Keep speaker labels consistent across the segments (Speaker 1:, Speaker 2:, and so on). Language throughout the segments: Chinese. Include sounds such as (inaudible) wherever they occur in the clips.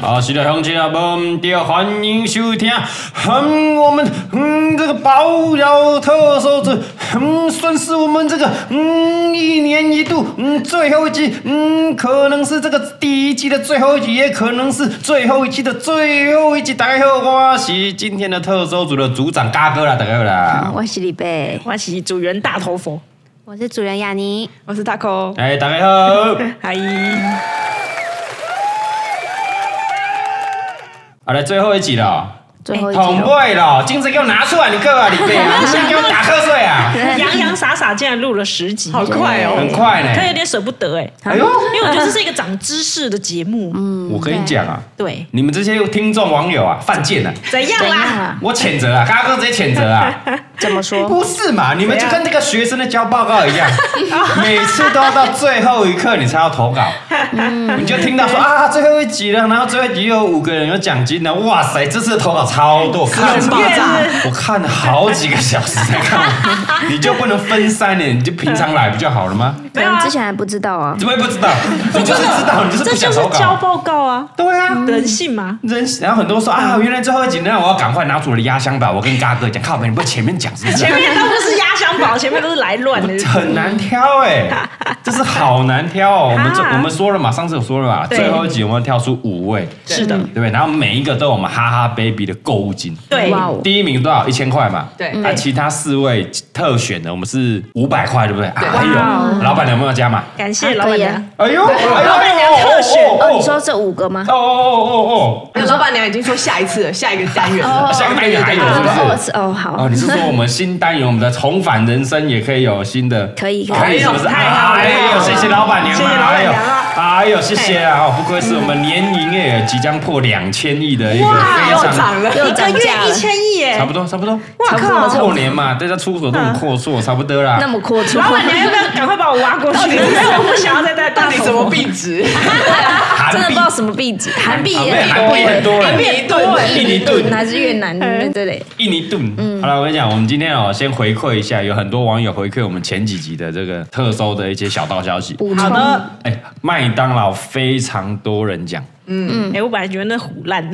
Speaker 1: 好，是的，乡亲啊，们对，欢迎收听，嗯，我们嗯这个保饶特搜组，嗯，算是我们这个嗯一年一度嗯最后一集，嗯，可能是这个第一季的最后一集，也可能是最后一期的最后一集。大家好，我是今天的特搜组的组长嘎哥啦，大家好啦。
Speaker 2: 我是李贝，
Speaker 3: 欢喜主人大头佛，
Speaker 2: 我是主人雅尼。
Speaker 3: 我是 Taco，
Speaker 1: 哎，大家好。
Speaker 3: 嗨，
Speaker 1: 好啊了，最后一集了，
Speaker 2: 最后一集
Speaker 1: 捅
Speaker 2: 了，
Speaker 1: 破了，精神给我拿出来，你干嘛？李贝啊，你想给我打瞌睡
Speaker 2: (laughs)
Speaker 1: 啊？
Speaker 3: 洋洋洒洒竟然录了十集，好
Speaker 2: 快哦
Speaker 1: 很快呢。
Speaker 3: 他有点舍不得哎，
Speaker 1: 哎呦，
Speaker 3: 因为我觉得这是一个长知识的节目，嗯，
Speaker 1: 我跟你讲啊，
Speaker 3: 对，
Speaker 1: 你们这些听众网友啊，犯贱啊！
Speaker 3: 怎样
Speaker 2: 怎样
Speaker 3: 啦？
Speaker 2: 啊？
Speaker 1: 我谴责啊，嘎哥直接谴责
Speaker 3: (laughs)
Speaker 1: 啊！
Speaker 2: 怎么 (laughs) 说？
Speaker 1: 不是嘛？你们就跟这个学生的交报告一样，(laughs)
Speaker 3: 啊
Speaker 1: 每次都要到最后一刻你才要投稿，
Speaker 3: 嗯
Speaker 1: 你就听到说啊最后一集了，然后最后一集又有五个人有奖金了，哇塞，这次投稿超多，看
Speaker 3: 人爆炸，
Speaker 1: 我看了好几个小时才看
Speaker 3: (laughs)
Speaker 1: 完，你就不能分三年，你就平常来不就好了吗？
Speaker 2: 可
Speaker 3: 啊
Speaker 2: 能之前还不知道啊
Speaker 1: 怎。么也不知道？你就是知道，你就是
Speaker 3: 这
Speaker 1: 不
Speaker 3: 就
Speaker 1: 想
Speaker 3: 是
Speaker 1: 投稿。
Speaker 3: 交报告啊，
Speaker 1: 对啊，
Speaker 3: 人性嘛，
Speaker 1: 人，然后很多人说啊，原来最后一集，那我要赶快拿出我的压箱宝。我跟嘎哥讲，靠北，你不前面讲是不是？
Speaker 3: (laughs) 前面都不是压箱宝，前面都是来乱的，
Speaker 1: 很难挑哎、这是好难挑
Speaker 3: (laughs)
Speaker 1: 哦。我们这
Speaker 3: 啊
Speaker 1: 我们说了嘛，上次有说了嘛，
Speaker 3: 对
Speaker 1: 最后一集我们要挑出五位，
Speaker 3: 是的
Speaker 1: 对不对？然后每一个都有我们哈哈 baby 的购物金，
Speaker 3: 对，
Speaker 2: 哇哦
Speaker 1: 第一名多少？一千块嘛。
Speaker 4: 对
Speaker 1: 那、其他四位特选的，我们是五百块，对不对？
Speaker 4: 对
Speaker 1: 哎
Speaker 3: 哇哦
Speaker 1: 呦，老板娘有没有加嘛？
Speaker 3: 感谢
Speaker 2: 啊
Speaker 3: 老
Speaker 2: 可
Speaker 3: 板
Speaker 2: 以啊
Speaker 3: 娘，
Speaker 1: 哎呦，
Speaker 3: 老
Speaker 1: 老
Speaker 3: 板娘特选
Speaker 1: 哦
Speaker 2: 哦，你说这五个吗？
Speaker 1: 哦哦哦
Speaker 4: 那嗯老板娘已经说下一次了，下一个单元
Speaker 1: 哦，
Speaker 4: 了。
Speaker 1: 下个单元还有是不
Speaker 2: 哦，
Speaker 1: 是？
Speaker 2: 是哦，好
Speaker 3: 啊
Speaker 1: 哦，你，是说我们新单元，我们的重返人生也可以有新的？
Speaker 2: 可以可以
Speaker 1: 可以是不是？
Speaker 3: 太好了
Speaker 1: 哎呦，谢谢老板娘啊，
Speaker 3: 谢谢老板娘啊
Speaker 1: 哎呦，哎呦，谢谢啊！哦不愧是我们年营业额即将破两千亿的一个
Speaker 3: 哇
Speaker 1: 非
Speaker 4: 又
Speaker 1: 常，
Speaker 4: 涨了，
Speaker 2: 又
Speaker 3: 一个
Speaker 2: 涨价
Speaker 3: 月
Speaker 2: 了
Speaker 3: 一，千亿耶
Speaker 1: 差，不多，差不多，
Speaker 3: 哇靠，嗯
Speaker 1: 过年嘛，大家出手这么阔绰，差不多啦
Speaker 2: 那。么阔绰。
Speaker 3: 老
Speaker 1: (laughs)
Speaker 3: 板娘要不要赶快把我挖过去？没有，我不想要再带大
Speaker 4: 到底
Speaker 3: 头
Speaker 4: 什
Speaker 3: 佛
Speaker 4: 么。币值？
Speaker 1: 韩
Speaker 2: 真的不
Speaker 1: 币
Speaker 2: 知道什么币值，韩币
Speaker 1: 啊
Speaker 2: 也
Speaker 1: 没有
Speaker 2: 很
Speaker 1: 韩
Speaker 2: 多
Speaker 1: 币很
Speaker 2: 欸，
Speaker 1: 多人，
Speaker 4: 一顿
Speaker 1: 印尼盾
Speaker 2: (laughs) 嗯，还是越南的对嘞。
Speaker 1: 印尼盾。
Speaker 2: 嗯
Speaker 1: 好了，我跟你讲，我们今天哦，先回馈一下，有很多网友回馈我们前几集的这个特搜的一些小道消息。
Speaker 2: 补
Speaker 3: 好
Speaker 2: 充
Speaker 3: 的，
Speaker 1: 哎，麦当劳非常多人讲，
Speaker 3: 哎、我本来觉得那虎烂，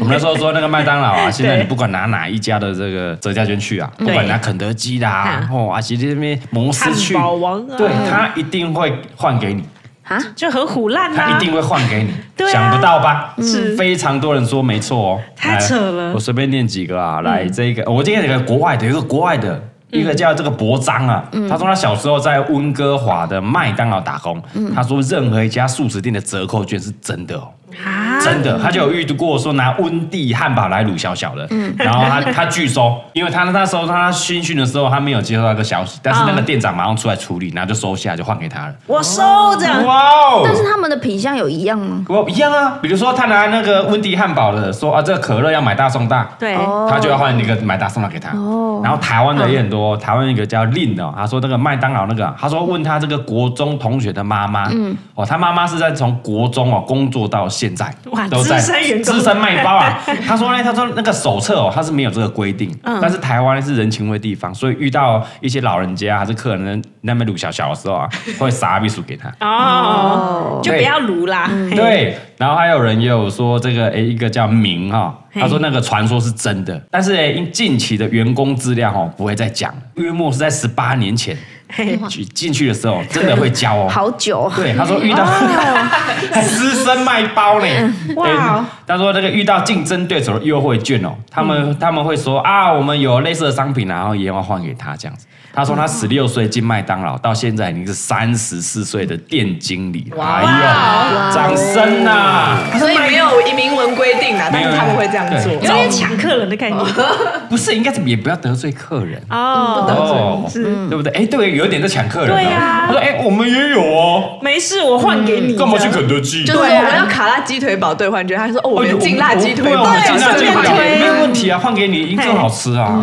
Speaker 1: 我们那时候说那个麦当
Speaker 3: (laughs)
Speaker 1: 劳啊，现在你不管拿哪一家的这个折价券去啊，不管拿肯德基啦，哦，啊，其实那边摩斯
Speaker 3: 汉
Speaker 1: 去，
Speaker 3: 堡王啊，
Speaker 1: 对他一定会换给你，
Speaker 2: 啊，
Speaker 3: 就很虎烂
Speaker 1: 他
Speaker 3: 啊
Speaker 1: 一，定会换给你，
Speaker 3: 对啊
Speaker 1: 想不到吧？
Speaker 3: 是
Speaker 1: 非常多人说没错哦，
Speaker 3: 太
Speaker 1: 来
Speaker 3: 扯了嗯
Speaker 1: 我随便念几个啊，来这个，我今天有一个国外的，有一个国外的。一个叫这个博章啊，
Speaker 3: 嗯
Speaker 1: 他说他小时候在温哥华的麦当劳打工，
Speaker 3: 嗯
Speaker 1: 他说任何一家素食店的折扣券是真的哦。
Speaker 3: 啊，
Speaker 1: 真的，他就有遇过说拿温蒂汉堡来卤小小的，
Speaker 2: 嗯
Speaker 1: 然后他他拒收，因为他那时候他新训的时候他没有接收到这个消息，但是那个店长马上出来处理，然后就收下就换给他了。
Speaker 3: 我收这样，
Speaker 1: 哇哦！
Speaker 2: 啊但是他们的品相有一样吗？
Speaker 1: 我一样啊，比如说他拿那个温蒂汉堡的说啊，这个可乐要买大送大，
Speaker 3: 对，
Speaker 2: 哦
Speaker 1: 他就要换一个买大送大给他。
Speaker 2: 哦
Speaker 1: 然后台湾的也很多，台湾一个叫令的哦，他说那个麦当劳那个，他说问他这个国中同学的妈妈，
Speaker 3: 嗯
Speaker 1: 哦，他妈妈是在从国中哦工作到现在
Speaker 3: 哇，
Speaker 1: 都在
Speaker 3: 资深员工
Speaker 1: 资深卖包啊。他说呢，他说那个手册哦，他是没有这个规定，
Speaker 3: 嗯
Speaker 1: 但是台湾是人情味地方，所以遇到一些老人家还是客人那边卤小小的时候
Speaker 3: (laughs)
Speaker 1: 啊，会撒秘书给他。
Speaker 3: 哦，嗯就不
Speaker 1: 对
Speaker 3: 要撸啦，嘿，
Speaker 1: 对，然后还有人也有说这个，诶，一个叫明哈、
Speaker 3: 嘿
Speaker 1: 他说那个传说是真的，但是诶，因近期的员工资料哈、不会再讲，约莫是在十八年前
Speaker 3: 嘿
Speaker 1: 去进去的时候真的会教哦。
Speaker 2: (laughs) 好久，
Speaker 1: (laughs)
Speaker 2: 啊
Speaker 1: 对，他说遇到 (laughs) 资深卖包呢，
Speaker 3: 哦嗯哇哦
Speaker 1: 对他说那个遇到竞争对手的优惠券哦，他们
Speaker 3: 嗯
Speaker 1: 他们会说啊，我们有类似的商品啊，然后也要换给他这样子。他说他
Speaker 3: 嗯
Speaker 1: 十六岁进麦当劳，到现在已经是三十四岁的店经理了，哎呦，掌声啊呐！
Speaker 4: 所以没有明文规定啊，
Speaker 1: 没
Speaker 4: 但
Speaker 1: 有
Speaker 4: 是他们会这样做
Speaker 1: 对。
Speaker 3: 有点抢客人的概念
Speaker 1: 不是，应该怎么也不要得罪客人。
Speaker 3: 哦，
Speaker 1: 哦，
Speaker 3: 是
Speaker 1: 对不对？哎，对，有点在抢客人哦。
Speaker 3: 对啊
Speaker 1: 他说：“哎，我们也有哦，
Speaker 3: 没事，我换给你，
Speaker 1: 干嘛去肯德基？
Speaker 4: 就是说我要卡拉鸡腿堡兑换券，他说哦，我我们劲辣鸡腿
Speaker 1: 对，我
Speaker 4: 堡
Speaker 1: 们劲辣鸡
Speaker 3: 对
Speaker 1: 腿
Speaker 3: 顺
Speaker 1: 堡
Speaker 3: 便推哎
Speaker 1: 没有问题啊，换给你，更好吃啊，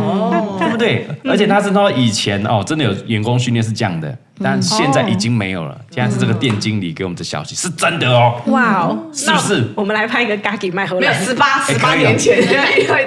Speaker 1: 对不对？
Speaker 3: 嗯
Speaker 1: 而且他知道以前哦，真的有员工训练是这样的，但现在已经没有了。现在是这个店经理给我们的消息是真的哦，
Speaker 3: 哇哦，
Speaker 1: 是不是
Speaker 3: 那我们来拍一个 Gagi 麦荷
Speaker 4: 没有
Speaker 3: 兰， (laughs)
Speaker 4: 十八
Speaker 1: 哎
Speaker 4: 十八
Speaker 1: 可以
Speaker 4: 年
Speaker 1: 哦
Speaker 4: 前，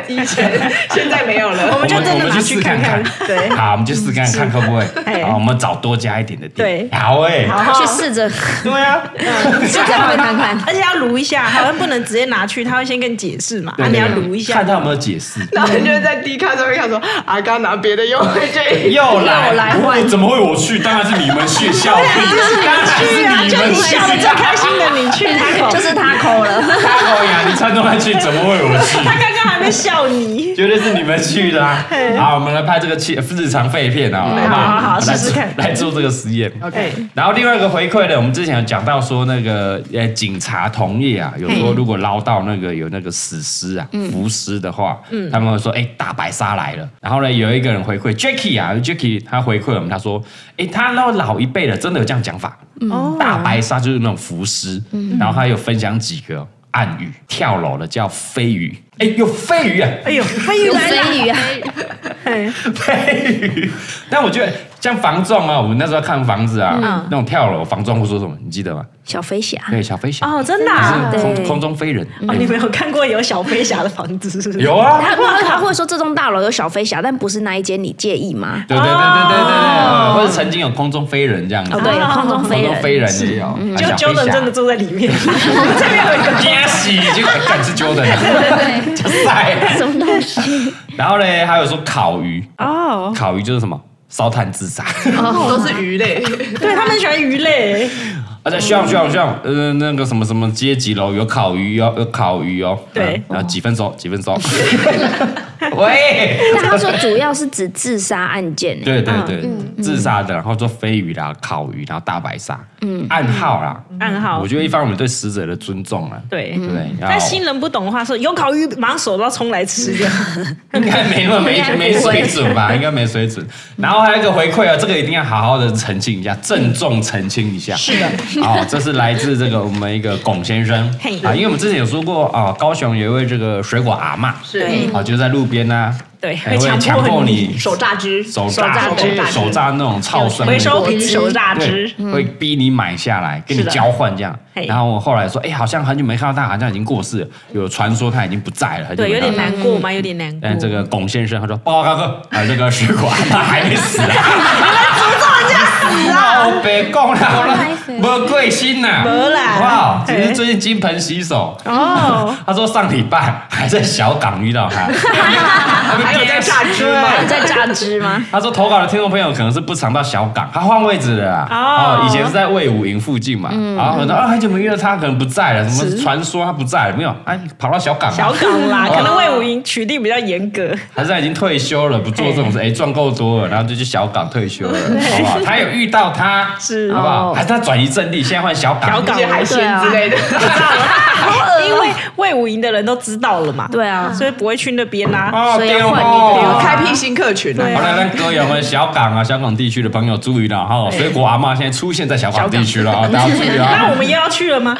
Speaker 4: 以前现在没有
Speaker 3: 我
Speaker 4: 了。
Speaker 3: 们就真
Speaker 1: 我
Speaker 3: 的
Speaker 1: 们
Speaker 3: 拿
Speaker 1: 去
Speaker 3: 去
Speaker 1: 试
Speaker 3: 看
Speaker 1: 看
Speaker 3: 看，对，
Speaker 1: 好，我们就试看看可不可以？
Speaker 3: (laughs) 哎
Speaker 1: 好，我们找多加一点的店。
Speaker 3: 对
Speaker 1: 好哎，
Speaker 3: 好
Speaker 2: 去
Speaker 1: (laughs)
Speaker 2: 试着试
Speaker 1: 对啊，
Speaker 2: 着会
Speaker 1: (laughs)
Speaker 2: 看看。
Speaker 3: 而且要卤一下，好像不能直接拿去，他会先跟你解释嘛，
Speaker 1: 对
Speaker 3: 啊，你要
Speaker 1: 对
Speaker 3: 卤一下
Speaker 1: 看，他有没有解释。
Speaker 4: 然后就在 D 卡上面看说，阿刚拿别的优惠券，
Speaker 1: 又
Speaker 2: 又来换
Speaker 1: 哎怎么会我去？当然是你们去笑，当
Speaker 3: 啊
Speaker 1: 然是
Speaker 3: 就你笑的最
Speaker 1: 啊
Speaker 3: 开心的，你去他口，
Speaker 2: 就是他抠 (laughs) 了，
Speaker 1: 哎呀，你穿动来去，怎么会我
Speaker 3: 他
Speaker 1: 去？
Speaker 3: 刚刚还没笑
Speaker 1: (laughs)
Speaker 3: 你，
Speaker 1: 绝对是你们去的啊！好，我们来拍这个气日常废片啊，好不
Speaker 3: 好好好
Speaker 1: 来
Speaker 3: 试试
Speaker 1: 做
Speaker 3: 看
Speaker 1: 来做这个实验。
Speaker 3: OK，
Speaker 1: 然后另外一个回馈呢，我们之前有讲到说那个呃警察同业啊，有
Speaker 3: 嗯
Speaker 1: 说如果捞到那个有那个死尸啊、浮尸的话，
Speaker 3: 嗯
Speaker 1: 他们会说哎大白鲨来了。然后呢，有一个人回馈 Jacky 啊，Jacky 他回馈我们，他说哎他那老一辈的真的有这样讲法，
Speaker 3: 嗯
Speaker 1: 大白鲨就是那种浮尸，然后他有分享几个暗语，跳楼的叫飞鱼，哎有飞鱼啊，
Speaker 3: 哎呦，飞鱼
Speaker 2: 有
Speaker 3: 来了，
Speaker 2: 飞鱼啊，
Speaker 3: 哎
Speaker 1: 配语。但我觉得像房仲啊，我们那时候看房子啊，那种跳楼房仲会说什么？你记得吗？
Speaker 2: 小飞侠，
Speaker 1: 对，小飞侠。
Speaker 3: 哦，真的啊，
Speaker 1: 是空
Speaker 2: 对
Speaker 1: 空中飞人，
Speaker 3: 哦，你们有看过有小飞侠的房子是不是？
Speaker 1: 有啊，
Speaker 2: 他他他会说这栋大楼有小飞侠，但不是那一间，你介意吗？
Speaker 1: 对对对对对对对，或者曾经有空中飞人这样子，
Speaker 2: 哦，对，有空中飞
Speaker 1: 空中
Speaker 2: 人，
Speaker 1: 飞人也有，
Speaker 3: 就
Speaker 1: 啊
Speaker 3: Jordan 真的，坐在里面， (laughs) 这边有一
Speaker 1: (laughs)
Speaker 3: 个，
Speaker 1: 也是已经敢是 Jordan 了，
Speaker 2: 对，
Speaker 1: 就晒。
Speaker 2: 什么东
Speaker 3: (laughs)
Speaker 2: 西？
Speaker 1: 然后呢，还有说烤鱼，
Speaker 2: (laughs)
Speaker 3: 哦，
Speaker 1: 烤鱼就是什么烧炭自杀，
Speaker 4: (laughs) 都是鱼类，
Speaker 3: 对他们很喜欢鱼类，
Speaker 1: 而且像像像呃那个什么什么街几楼有烤鱼哦，有烤鱼哦，
Speaker 3: 对
Speaker 1: 嗯然后几分熟几分熟，喂，
Speaker 2: 但他说主要是指自杀案件，
Speaker 1: 对对对，自杀的，然后做飞鱼啦、烤鱼，然后大白鲨，嗯，暗号啦，
Speaker 3: 暗号
Speaker 1: 我，觉得一方面我们对死者的尊重啊，
Speaker 3: 对
Speaker 1: 对。不对，然
Speaker 3: 但
Speaker 1: 后
Speaker 3: 新人不懂的话，说有烤鱼，马上手都要冲来吃掉。
Speaker 1: 应该没那么没
Speaker 2: 应该不
Speaker 1: 没
Speaker 2: 会
Speaker 1: 水准吧，应该没水准。然后还有一个回馈啊，这个一定要好好的澄清一
Speaker 3: (laughs)
Speaker 1: 下，郑重澄清一下。是的，哦，这是来自这个我们一个龚先生
Speaker 3: (laughs) 嘿
Speaker 1: 啊，因为我们之前有说过啊，高雄有一位这个水果阿嬷，
Speaker 3: 嗯
Speaker 4: 是
Speaker 1: 啊，就在路边呐，
Speaker 3: 对
Speaker 1: 哎
Speaker 3: 会
Speaker 1: 会
Speaker 3: 强
Speaker 1: 强
Speaker 3: 迫
Speaker 1: 迫
Speaker 3: 你
Speaker 1: 你
Speaker 4: 手榨汁，
Speaker 1: 手榨
Speaker 4: 手榨汁
Speaker 1: 手榨那嗯种超生
Speaker 3: 回收
Speaker 1: 果
Speaker 3: 瓶手榨
Speaker 1: 对
Speaker 3: 汁，，
Speaker 1: 会逼你买下来，跟你
Speaker 3: 嗯是的
Speaker 1: 交换这样
Speaker 3: 嘿。
Speaker 1: 然后我后来说，哎，好像很久没看到他，好像已经过世了，有传说他已经不在了，很久
Speaker 3: 对，
Speaker 1: 没
Speaker 3: 有
Speaker 1: 看到
Speaker 3: 点
Speaker 1: 他
Speaker 3: 难过吗？有点难过。
Speaker 1: 嗯但这个龚先生他说：“报告大哥， (laughs) 啊，这个水果阿妈还没死啊，你们诅咒人家死啊！我别讲了，我没贵心呐，
Speaker 3: 没啦
Speaker 1: 好不好？只
Speaker 3: 嘿
Speaker 1: 是最近金盆洗手。
Speaker 3: 哦，
Speaker 1: 他说上礼拜还在小港遇到他，还
Speaker 4: 还有在榨汁吗
Speaker 2: 你在榨汁吗？
Speaker 1: 他说投稿的听众朋友可能是不常到小港，他换位置了啦。
Speaker 3: 哦
Speaker 1: 哦，以前是在魏武营附近嘛，然后很多啊，很久没遇到他，可能不在了，什么传说他不在了，没有，哎，跑到小港了。
Speaker 3: 小港啦，
Speaker 1: 哦
Speaker 3: 可能魏武营取缔比较严格。
Speaker 1: 还是他已经退休了，不做这种事，哎，赚够多了，然后就去小港退休了，好不好？他有遇到他，
Speaker 3: 是
Speaker 1: 好不好？
Speaker 2: 哦
Speaker 1: 还是他转移阵地，现在换小港，
Speaker 3: 小
Speaker 4: 一
Speaker 3: 港
Speaker 4: 些海鲜之类的，
Speaker 2: (laughs)
Speaker 3: 因为魏武营的人都知道了嘛，
Speaker 2: 对啊
Speaker 3: 所以不会去那边啦。
Speaker 1: 哦，
Speaker 2: 所以
Speaker 1: 对
Speaker 2: 要换一
Speaker 4: 我
Speaker 2: 个
Speaker 1: 哦
Speaker 4: 们。开辟新客群
Speaker 3: 对
Speaker 1: 好
Speaker 4: 啊。
Speaker 1: 了，那各位我们小港啊，小港地区的朋友注意了哈，水果阿妈现在出现在小港地区了啊，大家注意
Speaker 3: 那我
Speaker 1: 啊。
Speaker 3: 们又要去了吗？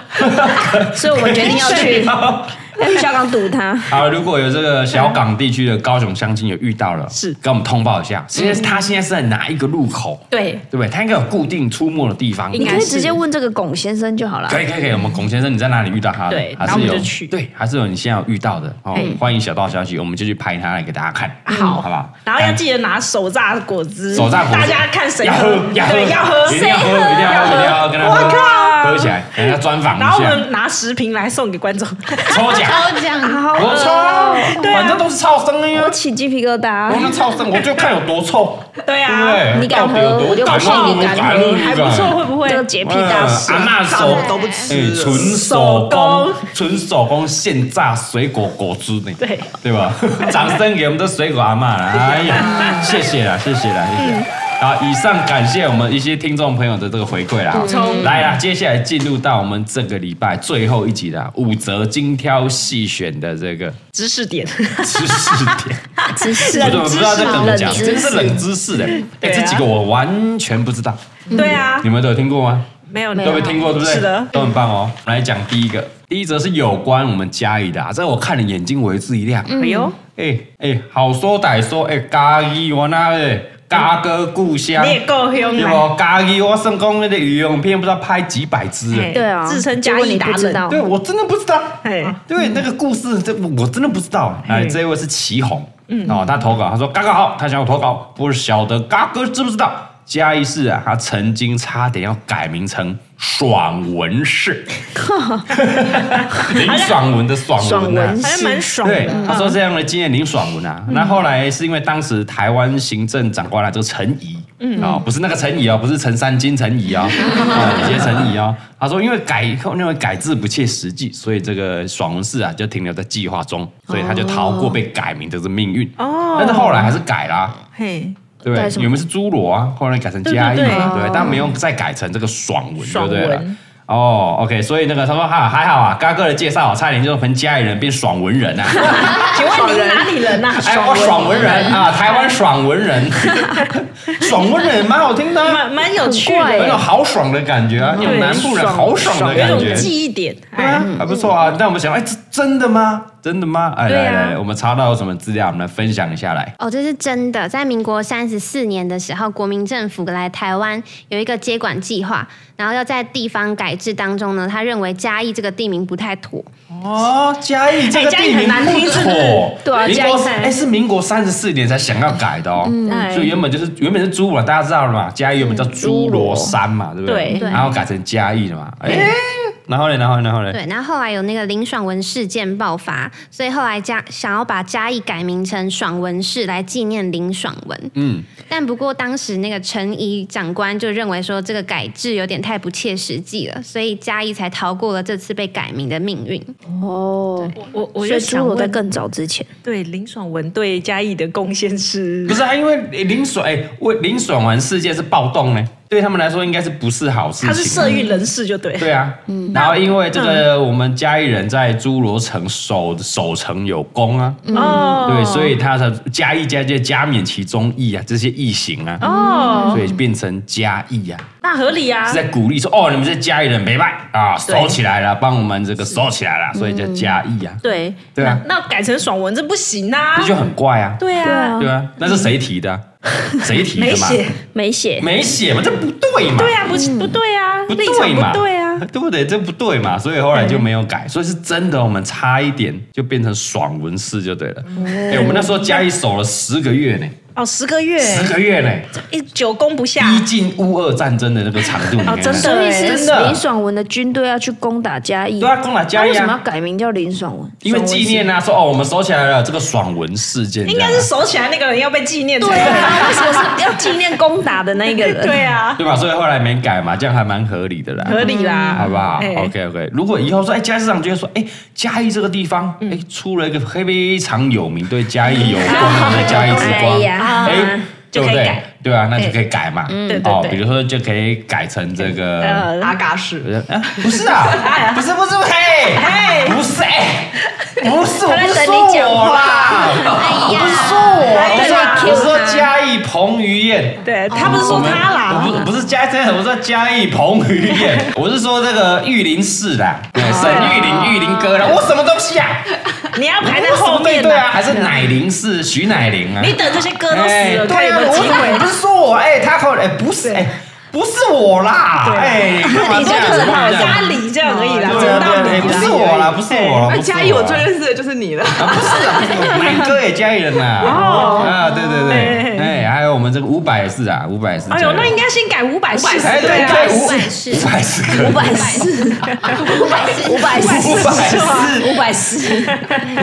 Speaker 2: 所以我们决定要
Speaker 1: (laughs)
Speaker 2: 去，要去小港堵他。
Speaker 1: 哦好，如果有这个小港地区的高雄乡亲有遇到了，
Speaker 3: 是
Speaker 1: 跟我们通报一下。现在是他现在是在哪一个路口？
Speaker 3: 对，
Speaker 1: 对不对？他应该有固定出没的地方，
Speaker 2: 你
Speaker 3: 该
Speaker 2: 可
Speaker 3: 是
Speaker 2: 以直接问这个龚先生就好了。
Speaker 1: 可以可以可以，我们龚先生你在哪里遇到他的？
Speaker 3: 对
Speaker 1: 还
Speaker 3: 然后
Speaker 1: 是
Speaker 3: 我们
Speaker 1: 有
Speaker 3: 就去
Speaker 1: 对，还是有你现在有遇到的哦。欢迎小道消息，我们就去拍他来给大家看，好，好不好？
Speaker 3: 啊然后要
Speaker 1: 哎
Speaker 3: 记得拿手榨果汁，
Speaker 1: 手榨果汁
Speaker 3: 大家看谁
Speaker 1: 要喝
Speaker 3: 喝，，
Speaker 1: 要喝，
Speaker 3: 对，要喝
Speaker 1: 一定要喝，一定要喝，一定要喝，跟他
Speaker 3: 我
Speaker 1: 喝，
Speaker 3: 靠！
Speaker 1: 喝起来，给他专访
Speaker 3: 然后
Speaker 1: 一
Speaker 3: 我
Speaker 1: 下，
Speaker 3: 们拿十瓶来送给观众， (laughs)
Speaker 1: 抽奖，
Speaker 5: 抽奖，
Speaker 1: 我抽，
Speaker 3: 对啊
Speaker 1: 反正都是超生的呀
Speaker 2: 我，起鸡皮疙瘩啊
Speaker 1: 我，那超生，我就看有多臭，
Speaker 3: 对
Speaker 1: 对
Speaker 3: 啊，
Speaker 1: 不对？
Speaker 2: 你敢喝
Speaker 1: 到底有多
Speaker 2: 我就不
Speaker 1: 敢
Speaker 2: 信
Speaker 1: 喝
Speaker 2: 你敢喝
Speaker 1: 喝
Speaker 3: 还不错，会不会
Speaker 2: 这？个洁癖
Speaker 1: 嗯
Speaker 2: 大师。
Speaker 1: 阿妈手
Speaker 4: 我都不
Speaker 1: 哎
Speaker 4: 吃，
Speaker 1: 纯手工
Speaker 3: 手工，
Speaker 1: 纯手工现榨水果果汁呢，
Speaker 3: 对
Speaker 1: 对吧？ (laughs) 掌声给我们的水果阿妈啦！哎呀，谢谢啦，谢谢啦，谢谢啦。好，以上感谢我们一些听众朋友的这个回馈啦。来啦，接下来进入到我们这个礼拜最后一集啦，五则精挑细选的这个
Speaker 3: 知识点，
Speaker 1: 知识点。
Speaker 2: 知识啊
Speaker 1: 我怎么不知道这怎么讲？
Speaker 2: 冷知识
Speaker 1: 真是冷知识哎！哎，
Speaker 3: 对啊
Speaker 1: 这几个我完全不知道，
Speaker 3: 对啊
Speaker 1: 你，们都有听过吗？
Speaker 3: 没有，
Speaker 2: 没
Speaker 3: 你
Speaker 1: 都
Speaker 2: 有
Speaker 1: 没听过，对不对？
Speaker 3: 是的
Speaker 1: 都很棒哦。我们来讲第一个，第一则是有关我们家里的、啊，这我看了眼睛为之一亮。
Speaker 3: 哎呦，
Speaker 1: 哎、哎、好说歹说，哎、家己我那个家歌故乡，
Speaker 3: 你也够凶
Speaker 1: 对
Speaker 3: 啊！
Speaker 1: 不？家己我算讲那个羽绒片，不知道拍几百只、哎
Speaker 2: 对啊，
Speaker 3: 自称
Speaker 2: 结
Speaker 3: 嘉
Speaker 2: 果
Speaker 3: 义
Speaker 2: 你
Speaker 3: 达
Speaker 2: 不知
Speaker 3: 人，
Speaker 2: 道
Speaker 1: 对，我真的不知道。
Speaker 3: 嘿
Speaker 1: 啊对，那个故事，这我真的不知道。哎，这一位是祁红，哦，他投稿，他说：“嘎嘎好，他想要投稿，不晓得嘎哥知不知道？嘉义市啊，他曾经差点要改名成爽文市，林爽文的爽文啊。”
Speaker 3: 还是蛮爽
Speaker 1: 对
Speaker 3: 的。，嗯
Speaker 1: 他说这样的经验林爽文啊，那后来是因为当时台湾行政长官啊，这个陈仪，
Speaker 3: 嗯
Speaker 1: 哦，不是那个陈仪哦，不是陈三金陈仪哦，
Speaker 3: (laughs)
Speaker 1: 啊，有些陈仪哦，他说因为改认为改制不切实际，所以这个爽文氏啊就停留在计划中，所以他就逃过被改名的这命运。
Speaker 3: 哦
Speaker 1: 但是后来还是改啦。
Speaker 3: 嘿，
Speaker 1: 对不对
Speaker 2: 改？什么
Speaker 1: 你们是侏罗啊，后来改成嘉义，
Speaker 3: 对
Speaker 1: 对
Speaker 3: 对对
Speaker 1: 不对，但没有再改成这个爽文，对
Speaker 3: 哦爽
Speaker 1: 不
Speaker 3: 文
Speaker 1: 对了？哦，OK，所以那个他说哈还好啊，嘎哥的介绍啊，差点就从嘉义人变爽文
Speaker 3: (laughs)
Speaker 1: 人啊，
Speaker 3: 请问您哪里人呐？啊
Speaker 1: 哎，我爽文人啊，台湾爽文
Speaker 3: (laughs)
Speaker 1: 人，爽文人蛮好听的啊，
Speaker 3: 蛮蛮有趣
Speaker 2: 很怪
Speaker 3: 的，
Speaker 1: 有种豪爽的感觉啊，有种南部人豪爽的感
Speaker 3: 有
Speaker 1: 觉
Speaker 3: 种。嗯记忆点。哎
Speaker 1: 对啊，还不错啊。那我们想，哎，这真的吗？真的吗？哎，
Speaker 3: 对
Speaker 1: 来
Speaker 3: 啊
Speaker 1: 来，来我们查到有什么资料，我们来分享一下来。
Speaker 6: 哦，这是真的。在民国三十四年的时候，国民政府来台湾有一个接管计划，然后要在地方改制当中呢，他认为嘉义这个地名不太妥，
Speaker 1: 哦，嘉义这个地名不错，
Speaker 2: 对啊
Speaker 1: 民
Speaker 2: 嘉义
Speaker 1: 国
Speaker 2: 菜
Speaker 1: 哎是民国三十四年才想要改的哦，
Speaker 3: 哎
Speaker 1: 所以原本就是原本是侏罗，大家知道了嘛，嘉义原本叫侏罗山嘛，对不
Speaker 3: 对
Speaker 6: 对
Speaker 1: 然后改成嘉义了嘛，哎，然后呢，然后呢，然后呢，
Speaker 6: 对，然后后来有那个林爽文事件爆发，所以后来嘉想要把嘉义改名成爽文市来纪念林爽文。
Speaker 1: 嗯，
Speaker 6: 但不过当时那个陈仪长官就认为说这个改制有点太不切实际了，所以嘉义才逃过了这次被改名的命运。
Speaker 2: 哦。
Speaker 3: 我我
Speaker 2: 所
Speaker 3: 就
Speaker 2: 以侏
Speaker 3: 想
Speaker 2: 罗在
Speaker 3: 问，
Speaker 2: 更早之前，
Speaker 3: 对林爽文对嘉义的贡献是
Speaker 1: 不？是啊，因为林爽哎，为林爽完事件是暴动呢，对他们来说应该是不是好事情啊？
Speaker 3: 他是社运人士，就对。
Speaker 1: 对啊，然后因为这个我们嘉义人在侏罗城守守城有功啊，
Speaker 3: 哦，
Speaker 1: 对，所以他的嘉义嘉就加冕其忠义啊，这些义行啊，
Speaker 3: 哦，
Speaker 1: 所以变成嘉义啊，
Speaker 3: 那合理啊
Speaker 1: 是。在鼓励说哦，你们这嘉义人没败啊，收起来了，帮我们这个收起来了，所以叫嘉义啊，
Speaker 3: 对
Speaker 1: 对啊
Speaker 3: 那那改成爽文这不行啊
Speaker 1: 这。就很怪啊，
Speaker 3: 对啊，
Speaker 1: 对啊，那是谁提
Speaker 3: (laughs)
Speaker 1: 的啊？谁提
Speaker 3: 没
Speaker 1: 的嘛？
Speaker 3: 写。
Speaker 2: 没写，
Speaker 1: 没写嘛，这不对嘛？
Speaker 3: 对啊，不是不对啊，
Speaker 1: 嗯不
Speaker 3: 立
Speaker 1: 对
Speaker 3: 场
Speaker 1: 嘛，
Speaker 3: 不对啊。
Speaker 1: 对不对？这不对嘛，所以后来就没有改，所以是真的，我们差一点就变成爽文式就对了。哎、我们那时候嘉义守了十个月呢，
Speaker 3: 哦，十个月，
Speaker 1: 十个月呢，
Speaker 3: 一久攻不下。
Speaker 1: 逼近乌俄战争的那个长度，你看
Speaker 2: 哦
Speaker 1: 看
Speaker 3: 哦真的
Speaker 2: 所以
Speaker 3: 对
Speaker 2: 是
Speaker 1: 真的
Speaker 2: 哎林爽文的军队要去攻打嘉义，
Speaker 1: 对啊攻打嘉义啊
Speaker 2: 那为什么要改名叫林爽文？
Speaker 1: 因为
Speaker 2: 爽文
Speaker 1: 纪念啊，说哦，我们守起来了这个爽文事件这
Speaker 3: 应
Speaker 1: 样啊，
Speaker 3: 该是守起来那个人要被纪念才
Speaker 2: 对啊，为什么是要纪念攻打的那一个人？
Speaker 3: 对啊，
Speaker 1: 对吧？所以后来没改嘛，这样还蛮合理的啦。
Speaker 3: 合理啦，
Speaker 1: 好不好、
Speaker 3: 哎
Speaker 1: o k OK。如果以后说，哎，嘉义市长就会说，哎，嘉义这个地方，
Speaker 3: 嗯
Speaker 1: 哎，出了一个非常有名，对嘉义有功
Speaker 3: 啊
Speaker 1: 的嘉义之光
Speaker 2: 哎，呀
Speaker 1: 哎，对
Speaker 3: 就
Speaker 1: 不
Speaker 3: 可以
Speaker 1: 对
Speaker 3: 改？
Speaker 1: 对啊，那就可以改嘛。
Speaker 3: 对对
Speaker 1: 哦，
Speaker 3: 对
Speaker 1: 比如说就可以改成这个，
Speaker 3: 呃，
Speaker 4: 阿嘎市，
Speaker 1: 啊不是
Speaker 3: (laughs)
Speaker 1: 啊，不是不是，嘿，
Speaker 3: 嘿
Speaker 1: 不是，哎，不是，我
Speaker 2: 他在
Speaker 1: 不是
Speaker 2: 等你
Speaker 1: 说
Speaker 2: 讲话
Speaker 1: 我啦，
Speaker 6: 哎
Speaker 1: 我不是说我，我
Speaker 3: 哎呀
Speaker 1: 说我说嘉义彭于晏。
Speaker 3: 对他不是说他啦，
Speaker 1: 我不不是嘉义，我是嘉义彭于晏， (laughs) 我是说这个玉林市的，
Speaker 3: 哦
Speaker 1: 对，沈玉林玉林哥啦，我什么东西啊？
Speaker 3: 你要排哦在
Speaker 1: 我什
Speaker 3: 后
Speaker 1: 么对
Speaker 3: 面
Speaker 1: 对啊，
Speaker 3: 的，
Speaker 1: 还是乃林市徐乃林啊？
Speaker 3: 你等这些歌都死
Speaker 1: 哎
Speaker 3: 了，看
Speaker 1: 对
Speaker 3: 有
Speaker 1: 啊
Speaker 3: 没，有机
Speaker 1: 我我
Speaker 3: 会
Speaker 1: 不。是说我哎，他可哎不是哎不是我啦，哎，干嘛
Speaker 3: 顶
Speaker 1: 这
Speaker 3: 多
Speaker 1: 样
Speaker 3: 就是
Speaker 1: 干嘛
Speaker 3: 跑
Speaker 1: 这样
Speaker 3: 咖喱这样而已啦，
Speaker 1: 对
Speaker 3: 整
Speaker 1: 啊
Speaker 3: 到
Speaker 1: 对啊，哎
Speaker 3: 你
Speaker 1: 不
Speaker 3: 啦。
Speaker 1: 是我啦，不是我啦，不啊
Speaker 4: 那
Speaker 1: 是
Speaker 4: 哎嘉义
Speaker 1: 我
Speaker 4: 我
Speaker 1: 啦
Speaker 4: 最认识的就是你了。
Speaker 1: 啊，不是啊，不是我南哥也嘉义人呐，啊，对对对，哎，还有我们这个五百也是啊，五百也是嘉
Speaker 3: 哎
Speaker 1: 义人，
Speaker 3: 呦，那应该先改五百四十
Speaker 1: 哎对
Speaker 3: 对啊，
Speaker 1: 对五
Speaker 6: 五百四
Speaker 1: 五百四个
Speaker 2: 五百四，五百四，五
Speaker 1: 五百四
Speaker 2: 百四，五百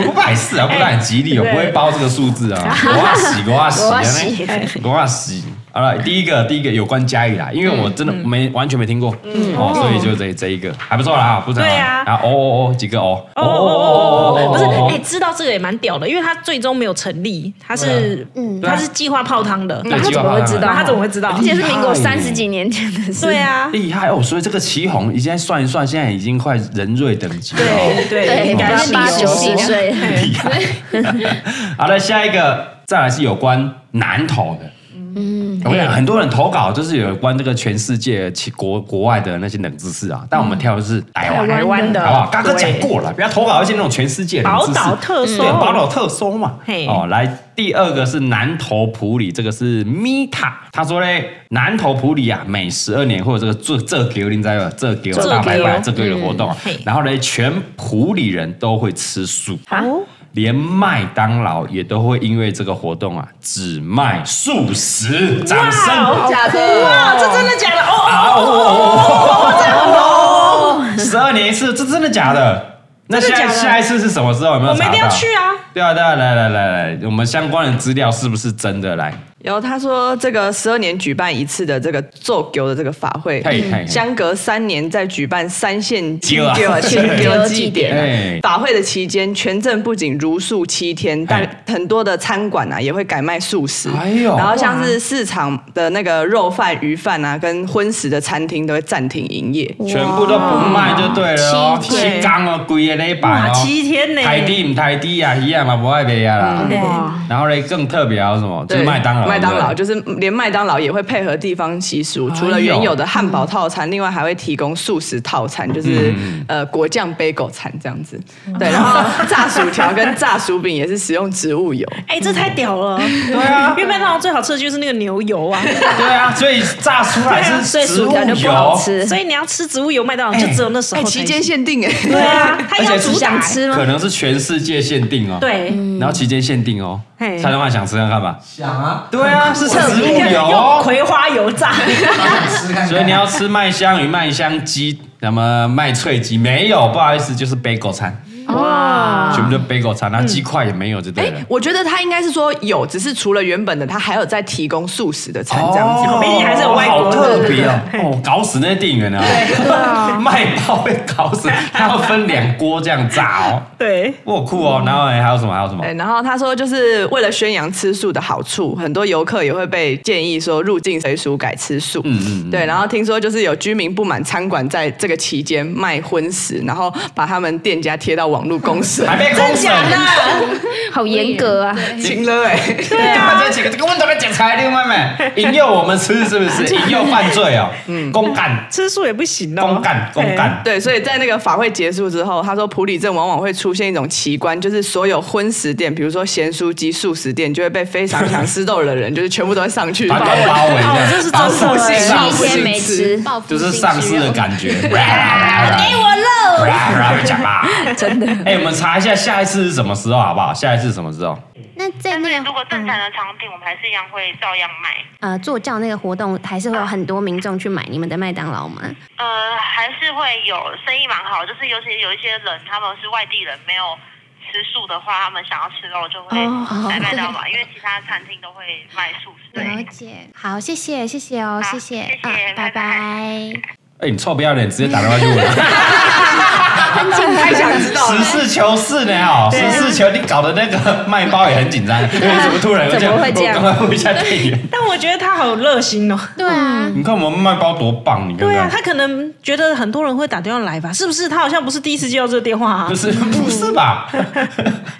Speaker 2: 四，
Speaker 1: 五百四啊，不然很吉利哦，
Speaker 3: 对
Speaker 1: 不会包这个数字啊。我要洗，我要洗，
Speaker 2: 我要洗
Speaker 1: 我要洗。好了，第一个，第一个有关嘉义啦，因为我真的没完全没听过，哦，所以就这这一个还不错啦，不错啦。
Speaker 3: 对啊
Speaker 1: 然后哦哦哦，几个哦，
Speaker 3: 哦哦哦哦，不是，
Speaker 1: 哦
Speaker 3: 哎，知道这个也蛮屌的，因为他最终没有成立，他是
Speaker 6: 嗯
Speaker 3: 他是计划泡汤的，
Speaker 1: 对
Speaker 2: 他怎么会知
Speaker 1: 计划
Speaker 2: 道？
Speaker 3: 那他怎么会知道
Speaker 2: 而？且啊是民国
Speaker 1: 哎
Speaker 2: 三十几年前的事。
Speaker 3: 对，啊，
Speaker 1: 厉害哦，所以这个祁红，你现在算一算，现在已经快人瑞等级了哦。
Speaker 3: 对对，
Speaker 2: 对，
Speaker 3: 应
Speaker 2: 应
Speaker 3: 该
Speaker 2: 该
Speaker 3: 是
Speaker 2: 八九
Speaker 3: 有
Speaker 2: 十岁，
Speaker 1: 厉 (laughs) 害。好了，下一个再来是有关南投的。嗯，我跟你讲，很多人投稿就是有关这个全世界其国国外的那些冷知识啊，但我们挑的是台湾，
Speaker 3: 台湾的
Speaker 1: 好不好？刚刚讲
Speaker 3: 对
Speaker 1: 过了，不要投稿一些那种全世界的冷
Speaker 3: 宝
Speaker 1: 知识
Speaker 3: 岛特搜
Speaker 1: 对，宝岛特搜嘛
Speaker 3: 嘿。
Speaker 1: 哦，来第二个是南投普里，这个是米塔，他说嘞，南投普里啊，每十二年会有这个这这给你知道吧？这给
Speaker 3: 这
Speaker 1: 大拜拜
Speaker 3: 给
Speaker 1: 这个的活动啊
Speaker 3: 嗯嘿，
Speaker 1: 然后嘞，全普里人都会吃素。
Speaker 3: 哦，
Speaker 1: 连麦当劳也都会因为这个活动啊，只卖素食。掌声！
Speaker 3: 哇
Speaker 7: 假
Speaker 1: 啊
Speaker 7: 的，
Speaker 3: 哦，这真的假的？哦哦，
Speaker 1: 十二年一次，这真的假的？那
Speaker 3: 真的
Speaker 1: 下
Speaker 3: 假的
Speaker 1: 下一次是什么时候？有没有
Speaker 3: 我们
Speaker 1: 查
Speaker 3: 一定要
Speaker 1: 到？
Speaker 3: 去啊！
Speaker 1: 对啊，对啊，来来来来，我们相关的资料是不是真的？来，
Speaker 4: 然后他说，这个十二年举办一次的这个做丢的这个法会
Speaker 1: 嘿嘿嘿，
Speaker 4: 相隔三年再举办三县
Speaker 1: 丢啊
Speaker 4: 丢清
Speaker 6: 丢
Speaker 4: 丢
Speaker 6: 祭
Speaker 4: 祭
Speaker 6: 典
Speaker 4: 典
Speaker 1: 哎
Speaker 4: 啊。法会的期间，全镇不仅如素七天，但很多的餐馆啊也会改卖素食。
Speaker 1: 哎呦
Speaker 4: 然后像是市场的那个肉饭、鱼饭啊，跟荤食的餐厅都会暂停营业。
Speaker 1: 全部都不卖就对了哦，
Speaker 6: 七
Speaker 1: 七
Speaker 6: 天
Speaker 1: 缸哦，贵的那一版
Speaker 3: 哇，
Speaker 1: 哦，
Speaker 3: 七天呢，
Speaker 1: 台地唔台地啊，一样嘛，不爱别啊啦。
Speaker 3: 哇
Speaker 1: 然后嘞，更特别还有什么？就
Speaker 4: 对，
Speaker 1: 是麦当劳，
Speaker 4: 麦当劳
Speaker 1: 对
Speaker 4: 就是连麦当劳也会配合地方习俗，
Speaker 1: 哎呦
Speaker 4: 除了原有的汉堡套餐，另外还会提供素食套餐，就是、
Speaker 1: 嗯
Speaker 4: 呃果酱杯狗餐这样子。对，然后炸薯条跟炸薯饼也是使用植物油。
Speaker 3: 哎，这太屌了！对
Speaker 1: 啊
Speaker 3: 因为麦当劳最好吃的就是那个牛油啊，
Speaker 1: 不对对啊，所以炸出来
Speaker 3: 对啊
Speaker 1: 是
Speaker 2: 所以
Speaker 1: 植
Speaker 2: 薯
Speaker 1: 物
Speaker 2: 条就不好
Speaker 1: 油，
Speaker 2: 吃，
Speaker 3: 所以你要吃植物油麦当劳就只有那时候
Speaker 4: (laughs) 哎，
Speaker 3: 才
Speaker 4: 期间限定哎、
Speaker 3: 对啊，它
Speaker 1: 而
Speaker 3: 要
Speaker 1: 且是
Speaker 3: 主打
Speaker 2: 想吃吗
Speaker 1: 可？能是全世界限定哦。。
Speaker 3: 对，
Speaker 1: 然后期间限定哦，
Speaker 3: 嗯嘿
Speaker 1: 蔡老板想吃看看吧。
Speaker 8: 想啊，
Speaker 1: 对啊，是植物
Speaker 3: 你看
Speaker 1: 油
Speaker 3: 用
Speaker 1: 哦，
Speaker 3: 葵花油炸，
Speaker 8: 试看看。
Speaker 1: 所以你要吃麦香鱼、麦香鸡，什么麦脆鸡没有？不好意思，就是 bagel 餐，
Speaker 2: 哇，
Speaker 1: 全部都 bagel 餐，然后鸡块也没有就对
Speaker 3: 嗯
Speaker 1: 了。
Speaker 4: 哎我觉得他应该是说有，只是除了原本的，他还有在提供素食的
Speaker 3: 哎
Speaker 4: 餐这样子。
Speaker 1: 哦
Speaker 3: 毕竟还是有外国
Speaker 1: 好
Speaker 3: 的
Speaker 1: 特别哦，哦，搞死那些店员啊， (laughs) 卖爆被搞死，他要分两锅这样炸哦，
Speaker 3: 对，
Speaker 1: 哇酷哦。然后哎还有什么？还有什么
Speaker 4: 哎，？然后他说，就是为了宣扬吃素的好处，很多游客也会被建议说入境随俗改吃素。
Speaker 1: 嗯嗯嗯
Speaker 4: 对。然后听说就是有居民不满餐馆在这个期间卖荤食，然后把他们店家贴到网络公社，
Speaker 1: 还被公审。
Speaker 2: 好严格啊！
Speaker 4: (laughs) 停了哎、
Speaker 1: 对啊，这几个这个问题来检查另外妹引诱我们吃是不是？引诱犯罪哦，公干
Speaker 3: 吃素也不行哦，
Speaker 1: 公干公干，
Speaker 4: 对，所以在那个法会结束之后，他说普里镇往往会出现一种奇观，就是所有荤食店，比如说咸酥鸡、素食店，就会被非常想吃肉的人，就是全部都会上去
Speaker 1: 把它
Speaker 4: 围
Speaker 1: 包围
Speaker 3: 哦这
Speaker 1: 这
Speaker 3: 是
Speaker 1: 样，
Speaker 3: 真的哎
Speaker 1: 上
Speaker 2: 七
Speaker 1: 市
Speaker 2: 天没吃，
Speaker 1: 就是丧尸的感觉。给我肉！讲吧， (laughs) 真的。哎，我们查一下下一次是什么时候好不好？下一次是什么时候？
Speaker 6: 那在
Speaker 9: 但
Speaker 6: 那嗯
Speaker 9: 是
Speaker 6: 个
Speaker 9: 如果正常的产品，我们还是一样会照样卖。
Speaker 6: 呃做教那个活动，还是会有很多民众去买你们的麦当劳吗？
Speaker 9: 呃，还是会有生意蛮好，就是尤其有一些人他们是外地人，没有吃素的话，他们想要吃肉就会
Speaker 6: 哦
Speaker 9: 来麦当劳，因为其他餐厅都会卖素食。对，
Speaker 6: 了解，好，谢谢，谢谢哦，
Speaker 9: 好
Speaker 6: 谢谢，
Speaker 9: 谢谢
Speaker 6: 嗯，拜
Speaker 9: 拜拜 (laughs)
Speaker 6: 拜。
Speaker 1: 哎，你臭不要脸，直接打电话去问。
Speaker 4: 太想知道
Speaker 1: 实
Speaker 4: 了。
Speaker 1: 事求是呢哦，实事求你搞的那个卖包也很紧张，因为怎么突然
Speaker 2: 怎么会这样
Speaker 1: 我刚刚问一下店员，
Speaker 3: 但我觉得他好热心哦。
Speaker 6: 对啊，
Speaker 1: 你看我们卖包多棒，你看
Speaker 3: 对啊，
Speaker 1: 看。
Speaker 3: 他可能觉得很多人会打电话来吧？是不是？他好像不是第一次接到这个电话、
Speaker 1: (laughs)
Speaker 3: 啊
Speaker 1: 不，是不是吧？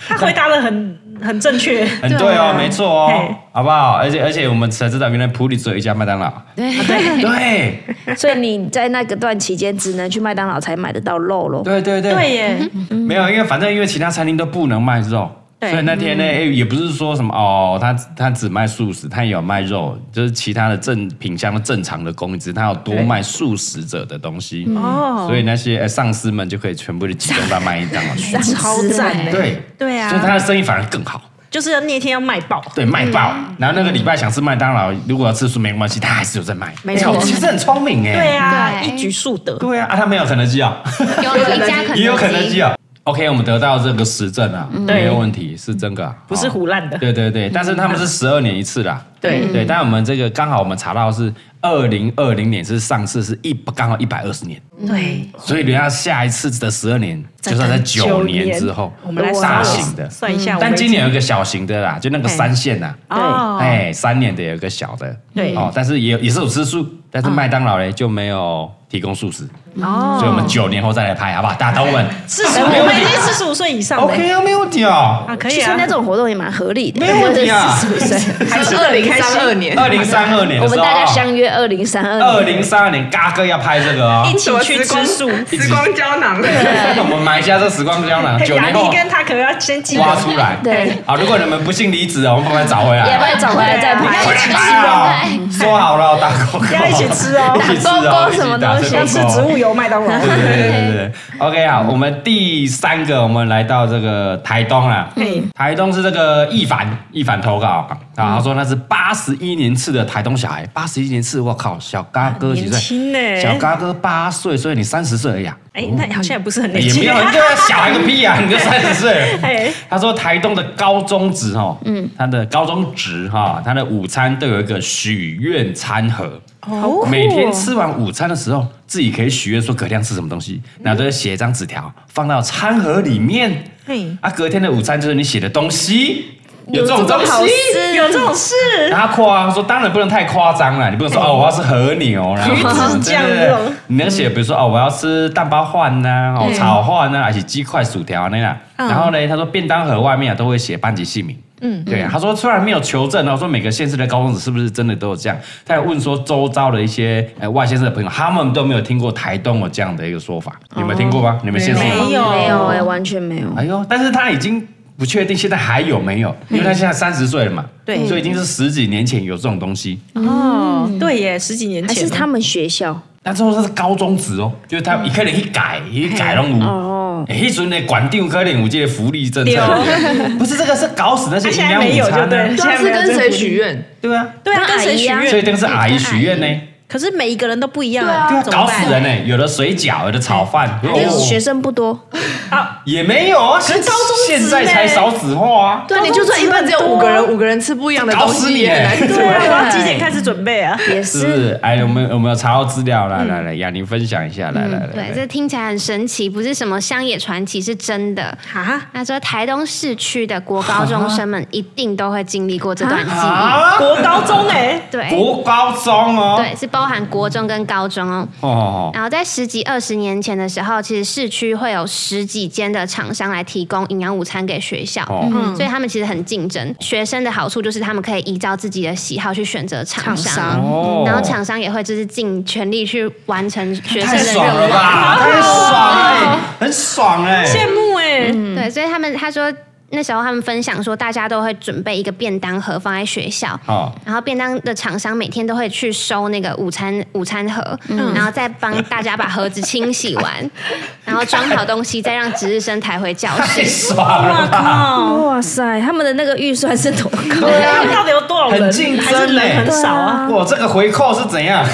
Speaker 3: 他回答的很很正确。
Speaker 1: 很对哦，
Speaker 6: 对
Speaker 1: 没错哦
Speaker 3: 嘿，
Speaker 1: 好不好？而且而且我们才知道，原来普里只有一家麦当劳。
Speaker 2: 对，
Speaker 1: 对
Speaker 2: 所以你在那个段期间只能去麦当劳才买得到肉咯。
Speaker 1: 对 (laughs) 对嗯
Speaker 3: 对耶，
Speaker 1: 没有，因为反正因为其他餐厅都不能卖肉，所
Speaker 3: 对
Speaker 1: 以那天呢，哎也不是说什么哦，他他只卖素食，他也有卖肉，就是其他的正品相的正常的供应，只是他有多卖素食者的东西，
Speaker 3: 哦
Speaker 1: 所以那些哎上司们就可以全部的集中到麦当劳去。
Speaker 3: 超赞的，
Speaker 1: 对
Speaker 3: 对啊
Speaker 1: 所以他的生意反而更好。
Speaker 3: 就是要那天要卖爆。
Speaker 1: 对，卖爆。然后那个礼拜想吃麦当劳，如果要吃素没关系，他还是有在卖。
Speaker 2: 没错
Speaker 1: 哎其实很聪明哎。
Speaker 3: 对啊，
Speaker 6: 对
Speaker 3: 一举数得。
Speaker 1: 对啊，啊，他没有肯德基啊，
Speaker 6: 有一家肯德基，
Speaker 1: 也有肯德基啊。OK，我们得到这个实证啊，没有问题，是真的啊，
Speaker 3: 不是
Speaker 1: 哦
Speaker 3: 胡乱的
Speaker 1: 对对对，但是他们是十二年一次啦。
Speaker 4: 对
Speaker 1: 对，但我们这个刚好我们查到是二零二零年是上次是一刚好一百二十年，
Speaker 3: 对，
Speaker 1: 所以人家下一次的十二年就是要在九年之后，
Speaker 3: 我们来
Speaker 1: 大
Speaker 3: 算
Speaker 1: 型的。
Speaker 3: 算一下。
Speaker 1: 但今年有一个小型的啦，就那个三线呐，
Speaker 3: 哦，
Speaker 1: 哎，三年的有一个小的，
Speaker 3: 对
Speaker 1: 哦，但是也有也是有吃素，但是麦当劳嘞就没有提供素食，
Speaker 2: 哦
Speaker 10: 所以我们九年后再来拍，好不好？大家等我们。
Speaker 3: 四十，我们已经四十五岁以上了。
Speaker 1: OK 啊，没有
Speaker 2: (laughs)
Speaker 1: 屌。
Speaker 3: 啊，可
Speaker 2: 去
Speaker 3: 以
Speaker 2: 参
Speaker 3: 啊
Speaker 2: 加。这种活动也蛮合理的，
Speaker 1: 没问题啊
Speaker 2: 四十五岁，
Speaker 4: 还是二零三二 (laughs) 年，
Speaker 1: 二零三二年
Speaker 2: 我
Speaker 1: 的时候
Speaker 2: 们大家
Speaker 1: 啊，
Speaker 2: 相约二零三
Speaker 1: 二
Speaker 2: 二
Speaker 1: 零三二年嘎哥要拍这个哦，
Speaker 3: 一起 (laughs) 去
Speaker 4: 什么
Speaker 3: 吃素，
Speaker 4: 时光胶囊，
Speaker 1: (laughs) 我们埋下这时光胶
Speaker 2: (laughs)
Speaker 1: 囊，九
Speaker 3: 雅
Speaker 1: 年
Speaker 3: 丽
Speaker 1: 后
Speaker 3: 跟他可能要先记得
Speaker 1: 挖出来。
Speaker 2: 对，
Speaker 1: 好，如果你们不幸离职啊，我们慢慢找回
Speaker 2: 要不
Speaker 1: 来。
Speaker 2: 然找回来再拍。
Speaker 1: 回来
Speaker 2: (laughs)
Speaker 1: 拍啊！说好了打广告，
Speaker 3: 要一起吃哦
Speaker 1: (laughs) 一起吃哦，
Speaker 2: 打勾勾什么东西
Speaker 3: 要
Speaker 1: 一起
Speaker 3: 吃
Speaker 1: 打
Speaker 3: 植物油麦当劳。
Speaker 1: 对对对对
Speaker 3: (laughs)
Speaker 1: 对，OK 好，我们第三个，我们来到这个台东啦。台东是这个易凡，易凡投稿
Speaker 3: 嗯
Speaker 1: 啊，他说那是八十一年次的台东小孩，八十一年次，我靠，小嘎哥几
Speaker 3: 年轻
Speaker 1: 岁？
Speaker 3: 欸
Speaker 1: 小嘎哥八岁，所以你三十岁而已啊。
Speaker 3: 哎，那好像也不是很年
Speaker 1: 也
Speaker 3: 轻
Speaker 1: 没有，你这小孩个屁啊！
Speaker 3: (laughs)
Speaker 1: 你就三十岁了
Speaker 3: 哎。
Speaker 1: 他说台东的高中职哦，嗯，他的高中职哈，他的午餐都有一个许愿餐盒。
Speaker 3: 哦
Speaker 1: 每天吃完午餐的时候，自己可以许愿说隔天要吃什么东西，然后都要写一张纸条放到餐盒里面
Speaker 3: 嘿。
Speaker 1: 啊，隔天的午餐就是你写的东西，有这种东
Speaker 2: 好
Speaker 1: 西。
Speaker 2: 事，
Speaker 3: 有这种事，
Speaker 1: (laughs) 然后他夸他说，当然不能太夸张了，你不能说哦，我要吃和牛啦，
Speaker 3: 鱼子酱
Speaker 1: 对
Speaker 3: 那
Speaker 1: (laughs)
Speaker 3: 种
Speaker 1: 你能写比如说哦，我要吃蛋包饭呐，哦
Speaker 3: 嗯
Speaker 1: 炒饭呐，还是鸡块薯条那样。
Speaker 3: 嗯
Speaker 1: 然后呢，他说便当盒外面啊都会写班级姓名。嗯，对啊，他说虽然没有求证哦，说每个县市的高中生是不是真的都有这样，他也问说周遭的一些呃外县市的朋友，他们都没有听过台东有这样的一个说法，你们听过吗？你们县市哦有吗
Speaker 3: 没有
Speaker 2: 没有哎，完全没有。
Speaker 1: 哎呦，但是他已经不确定现在还有没有，因为他现在三十岁了嘛，
Speaker 3: 嗯对
Speaker 1: 所以已经是十几年前有这种东西。
Speaker 3: 哦，
Speaker 2: 嗯
Speaker 3: 对耶，十几年
Speaker 2: 还
Speaker 3: 前
Speaker 2: 是他们学校
Speaker 1: 那时候是高中职哦，就是他一可能一改一改拢有。
Speaker 2: 哦，
Speaker 1: 哎，迄阵的管定可能有这个福利政
Speaker 3: 对
Speaker 1: 策
Speaker 3: 哦，
Speaker 1: 不是这个是搞死那些
Speaker 3: 啊
Speaker 1: 营
Speaker 3: 现
Speaker 1: 养
Speaker 3: 在没有
Speaker 1: 午
Speaker 3: 就
Speaker 1: 餐
Speaker 3: 对了
Speaker 1: 呢，，
Speaker 4: 现在
Speaker 3: 现在
Speaker 4: 是
Speaker 3: 没有
Speaker 4: 跟
Speaker 3: 这
Speaker 4: 谁
Speaker 3: 个
Speaker 4: 许愿？
Speaker 1: 对啊，
Speaker 3: 对啊，
Speaker 2: 跟
Speaker 3: 跟谁
Speaker 2: 阿姨
Speaker 3: 许
Speaker 2: 啊
Speaker 1: 所以
Speaker 3: 愿？
Speaker 1: 这个是阿姨许愿呢，
Speaker 3: 可是每一个人都不一样
Speaker 1: 对
Speaker 3: 啊，
Speaker 1: 啊，
Speaker 3: 哎怎么
Speaker 1: 搞
Speaker 3: 办哎
Speaker 1: 死人呢，有的水饺，有的炒饭，
Speaker 2: 因为学
Speaker 1: 哦，
Speaker 2: 生不多，
Speaker 1: 也没有啊，现
Speaker 3: 哦高中职
Speaker 1: 现在
Speaker 3: 呢
Speaker 1: 才少子化啊，
Speaker 4: 对，你就算一份只有五个 (laughs) 人，五个人吃不一样的
Speaker 1: 搞
Speaker 4: 东
Speaker 1: 死
Speaker 4: 西
Speaker 1: 你欸
Speaker 4: 也
Speaker 1: (laughs)
Speaker 4: 很难
Speaker 3: 对
Speaker 4: 做。
Speaker 3: 啊，我要几点开始准备啊？
Speaker 2: 也
Speaker 1: 是不
Speaker 2: 是
Speaker 1: 是？哎，我们我们有查到资料，来来来，雅玲分享一下，来来来
Speaker 6: 嗯对，
Speaker 1: 来，
Speaker 6: 这听起来很神奇，不是什么乡野传奇，是真的。
Speaker 3: 啊，
Speaker 6: 他说，台东市区的国高中生们一定都会经历过这段记忆。
Speaker 1: 啊，
Speaker 3: 国高中哎，
Speaker 1: 欸
Speaker 6: 对，
Speaker 1: 国高中哦，
Speaker 6: 对，是包含国中跟高中哦。
Speaker 1: 哦哦，哦
Speaker 6: 然后在十几二十年前的时候，其实市区会有十几间的厂商来提供营养午餐给学校，
Speaker 1: 哦
Speaker 6: 嗯所以他们其实很竞争。学生的好处就是他们可以依照自己的喜好去选择厂商，
Speaker 2: 厂商
Speaker 1: 哦
Speaker 6: 然后厂商也会就是尽全力去完成学生
Speaker 1: 太
Speaker 6: 的任
Speaker 1: 爽了
Speaker 6: 务。
Speaker 1: 吧！太爽了，很爽哎、
Speaker 3: 羡慕哎，
Speaker 2: 嗯
Speaker 6: 对，所以他们他说那时候他们分享说，大家都会准备一个便当盒放在学校，
Speaker 1: 好、
Speaker 6: 然后便当的厂商每天都会去收那个午餐午餐盒，然后再帮大家把盒子清洗完，然后装好东西，再让值日生抬回教
Speaker 1: 太
Speaker 6: 室。
Speaker 1: 爽了吧！
Speaker 3: 哦，
Speaker 2: 哇塞，他们的那个预算是多高？
Speaker 1: 欸
Speaker 3: 对啊，到底有多少人？
Speaker 1: 很竞
Speaker 3: 还是
Speaker 1: 争
Speaker 3: 人
Speaker 1: 嘞、
Speaker 3: 很少啊？
Speaker 1: 哇，这个回扣是怎样？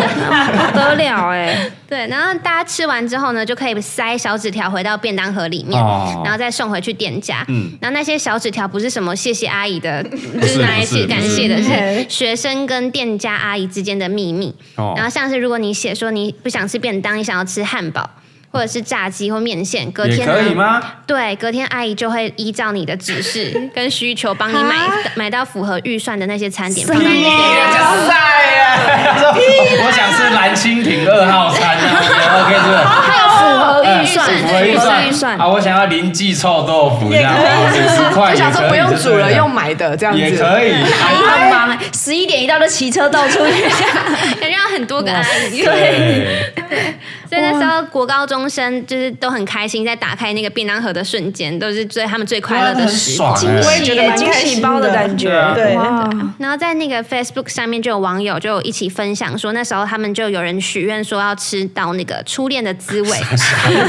Speaker 2: 不得了哎！
Speaker 6: (laughs) 对，然后大家吃完之后呢，就可以塞小纸条回到便当盒里面，
Speaker 1: 哦
Speaker 6: 然后再送回去店家。
Speaker 1: 嗯
Speaker 6: 嗯，然后那些小纸条不是什么谢谢阿姨的，就是是拿来
Speaker 1: 不是
Speaker 6: 写感谢的，
Speaker 1: 不
Speaker 2: 嗯
Speaker 6: 是学生跟店家阿姨之间的秘密。
Speaker 1: 哦
Speaker 6: 然后像是如果你写说你不想吃便当，你想要吃汉堡。或者是炸鸡或面线，隔
Speaker 1: 也
Speaker 6: 天呢
Speaker 1: 可以吗？
Speaker 6: 对，隔天阿姨就会依照你的指示跟需求，帮你买
Speaker 1: (laughs)
Speaker 6: 买到符合预算的那些餐点放在你的
Speaker 1: 哇塞呀！我想吃蓝蜻蜓二号餐啊我觉得，OK 是不是？
Speaker 2: 符合
Speaker 1: 哎
Speaker 2: 预算，
Speaker 1: 符合预算啊！我想要林记臭豆腐，这样五十块
Speaker 4: 就
Speaker 1: 也
Speaker 4: 想说
Speaker 1: 可以，
Speaker 4: 不用煮了，
Speaker 1: 对
Speaker 4: 用买的这样
Speaker 1: 也
Speaker 4: 子。
Speaker 1: 可以。
Speaker 2: 阿姨很忙哎，十一点一到就骑车到处去。
Speaker 6: 感觉要很多个阿姨。
Speaker 1: 对，啊
Speaker 6: 所以那时候国高中生就是都很开心，在打开那个便当盒的瞬间，都是最他们最快乐
Speaker 1: 很
Speaker 6: 的时
Speaker 1: 爽
Speaker 2: 惊
Speaker 1: 哎！
Speaker 2: 喜耶，惊喜包的感觉
Speaker 1: 对啊，
Speaker 3: 对
Speaker 2: 哇，
Speaker 6: 然后在那个 Facebook 上面，就有网友就有一起分享说，那时候他们就有人许愿说要吃到那个初恋的
Speaker 1: (laughs)
Speaker 6: 滋味，
Speaker 1: 啊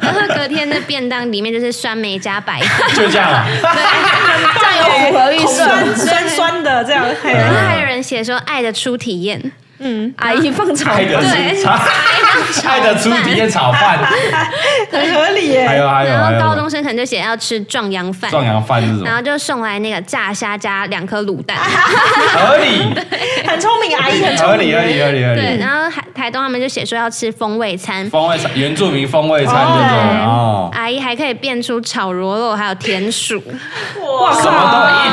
Speaker 6: 然后隔天的便当里面就是酸梅加白饭，
Speaker 1: 就这样啊。
Speaker 2: 这样有符合预算。
Speaker 3: 酸酸酸的这样，嘿
Speaker 1: 嗯
Speaker 6: 然后还有人写说爱的初体验，
Speaker 2: 阿姨放炒
Speaker 1: 爱的
Speaker 6: 对
Speaker 1: 出炒，爱的出体验炒饭，
Speaker 3: 很合理耶。
Speaker 1: 还有还有
Speaker 6: 然
Speaker 1: 还
Speaker 6: 后
Speaker 1: 有
Speaker 6: 高中生可能就写要吃壮阳饭，
Speaker 1: 哎壮阳饭是什
Speaker 6: 然
Speaker 1: 么？
Speaker 6: 后就送来那个炸虾加两颗卤蛋。
Speaker 1: 哎合理，
Speaker 3: 很聪明，阿姨很
Speaker 1: 合
Speaker 3: 聪
Speaker 1: 理，
Speaker 3: 明。
Speaker 1: 合理，合理，合
Speaker 6: 对，
Speaker 1: 理。
Speaker 6: 然后台台东他们就写说要吃风味餐，
Speaker 1: 风味餐，原住民风味餐，对不对？哦，
Speaker 4: (laughs)
Speaker 6: 阿姨还可以变出炒螺肉还有田鼠，
Speaker 3: 哇
Speaker 1: 哦什么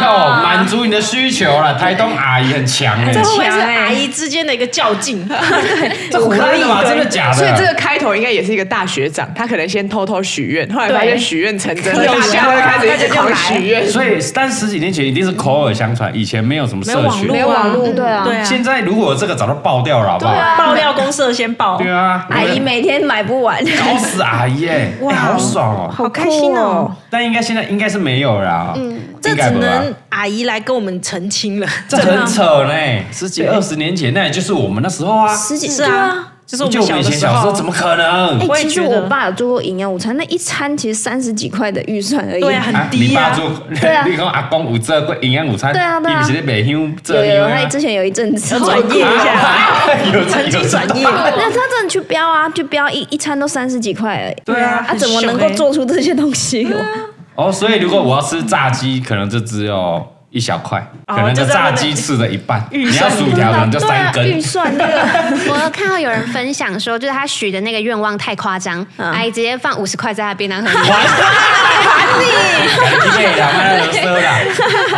Speaker 1: 都有，满足你的需求了。台东阿姨很强哎、
Speaker 3: 这会不会是
Speaker 2: 强欸
Speaker 3: 阿姨之间的一个较
Speaker 1: (laughs)
Speaker 3: 劲？
Speaker 1: 这胡乱的吗？真的假的？
Speaker 4: 所以这个开头应该也是一个大学长，他可能先偷偷许愿，后来发现
Speaker 2: 对
Speaker 4: 许愿成真
Speaker 1: (laughs)
Speaker 4: 了，
Speaker 2: 有
Speaker 4: 大
Speaker 2: 效
Speaker 4: 家会开始一直狂许愿。
Speaker 1: 哎所以，但十几年前一定是口耳相传，以前没有什么社群。
Speaker 2: 没有网络，啊对啊
Speaker 3: 对啊，
Speaker 1: 现在如果这个早就爆掉了，好不好？
Speaker 3: 爆料公社先爆，
Speaker 1: 对啊，
Speaker 2: 阿姨每天买不完，
Speaker 1: 搞死阿姨哎、欸，
Speaker 3: 哇
Speaker 1: 好爽哦、
Speaker 3: 好开心哦！
Speaker 1: 但应该现在应该是没有啦，嗯，
Speaker 3: 这只能阿姨来跟我们澄清了，
Speaker 1: 这很扯嘞，十几二十年前那也就是我们那时候啊，
Speaker 11: 十几
Speaker 3: 是，啊，就是我
Speaker 1: 就
Speaker 3: 们
Speaker 1: 我们
Speaker 3: 小
Speaker 1: 以
Speaker 3: 的
Speaker 1: 前
Speaker 3: 时
Speaker 1: 小时候
Speaker 3: 候
Speaker 1: 怎么可能？
Speaker 11: 哎
Speaker 3: 我，也
Speaker 11: 其实
Speaker 3: 觉得
Speaker 11: 我爸有做过营养午餐，那一餐其实三十几块的预算而已。
Speaker 3: 对啊，
Speaker 1: (laughs)
Speaker 3: 很
Speaker 1: 你
Speaker 3: 低
Speaker 1: 爸
Speaker 3: 啊，
Speaker 1: 做，
Speaker 11: 对啊
Speaker 1: 你讲阿公有做过营养午餐，
Speaker 11: 对啊对啊
Speaker 1: 伊不是咧卖香
Speaker 11: 有
Speaker 1: 做
Speaker 11: 有有，
Speaker 1: 香
Speaker 11: 他
Speaker 1: 啊，
Speaker 11: 之前有一阵子
Speaker 3: 要转业一下，
Speaker 1: (laughs) 有
Speaker 3: 曾经转业，
Speaker 11: (laughs) 那他真的去标啊，就标一一餐都三十几块而已。
Speaker 1: 对啊
Speaker 11: 他怎么能够做出这些东西？
Speaker 1: 哦，所以如果我要吃炸鸡，可能就只有一小块，
Speaker 3: 哦
Speaker 1: 可能就
Speaker 3: 就在那
Speaker 1: 炸
Speaker 3: 边
Speaker 1: 鸡吃了一半，
Speaker 3: 预
Speaker 1: 你要
Speaker 3: 算
Speaker 1: 薯条可能就
Speaker 11: 对
Speaker 1: 三
Speaker 11: 啊，预
Speaker 1: 根，
Speaker 11: 算那个
Speaker 6: 我有看到有人分享说，就是他许的那个愿望太夸张，
Speaker 4: 嗯
Speaker 6: 阿姨直接放五十块在他便当盒里。
Speaker 1: 完了，你累了，卖了奢啦。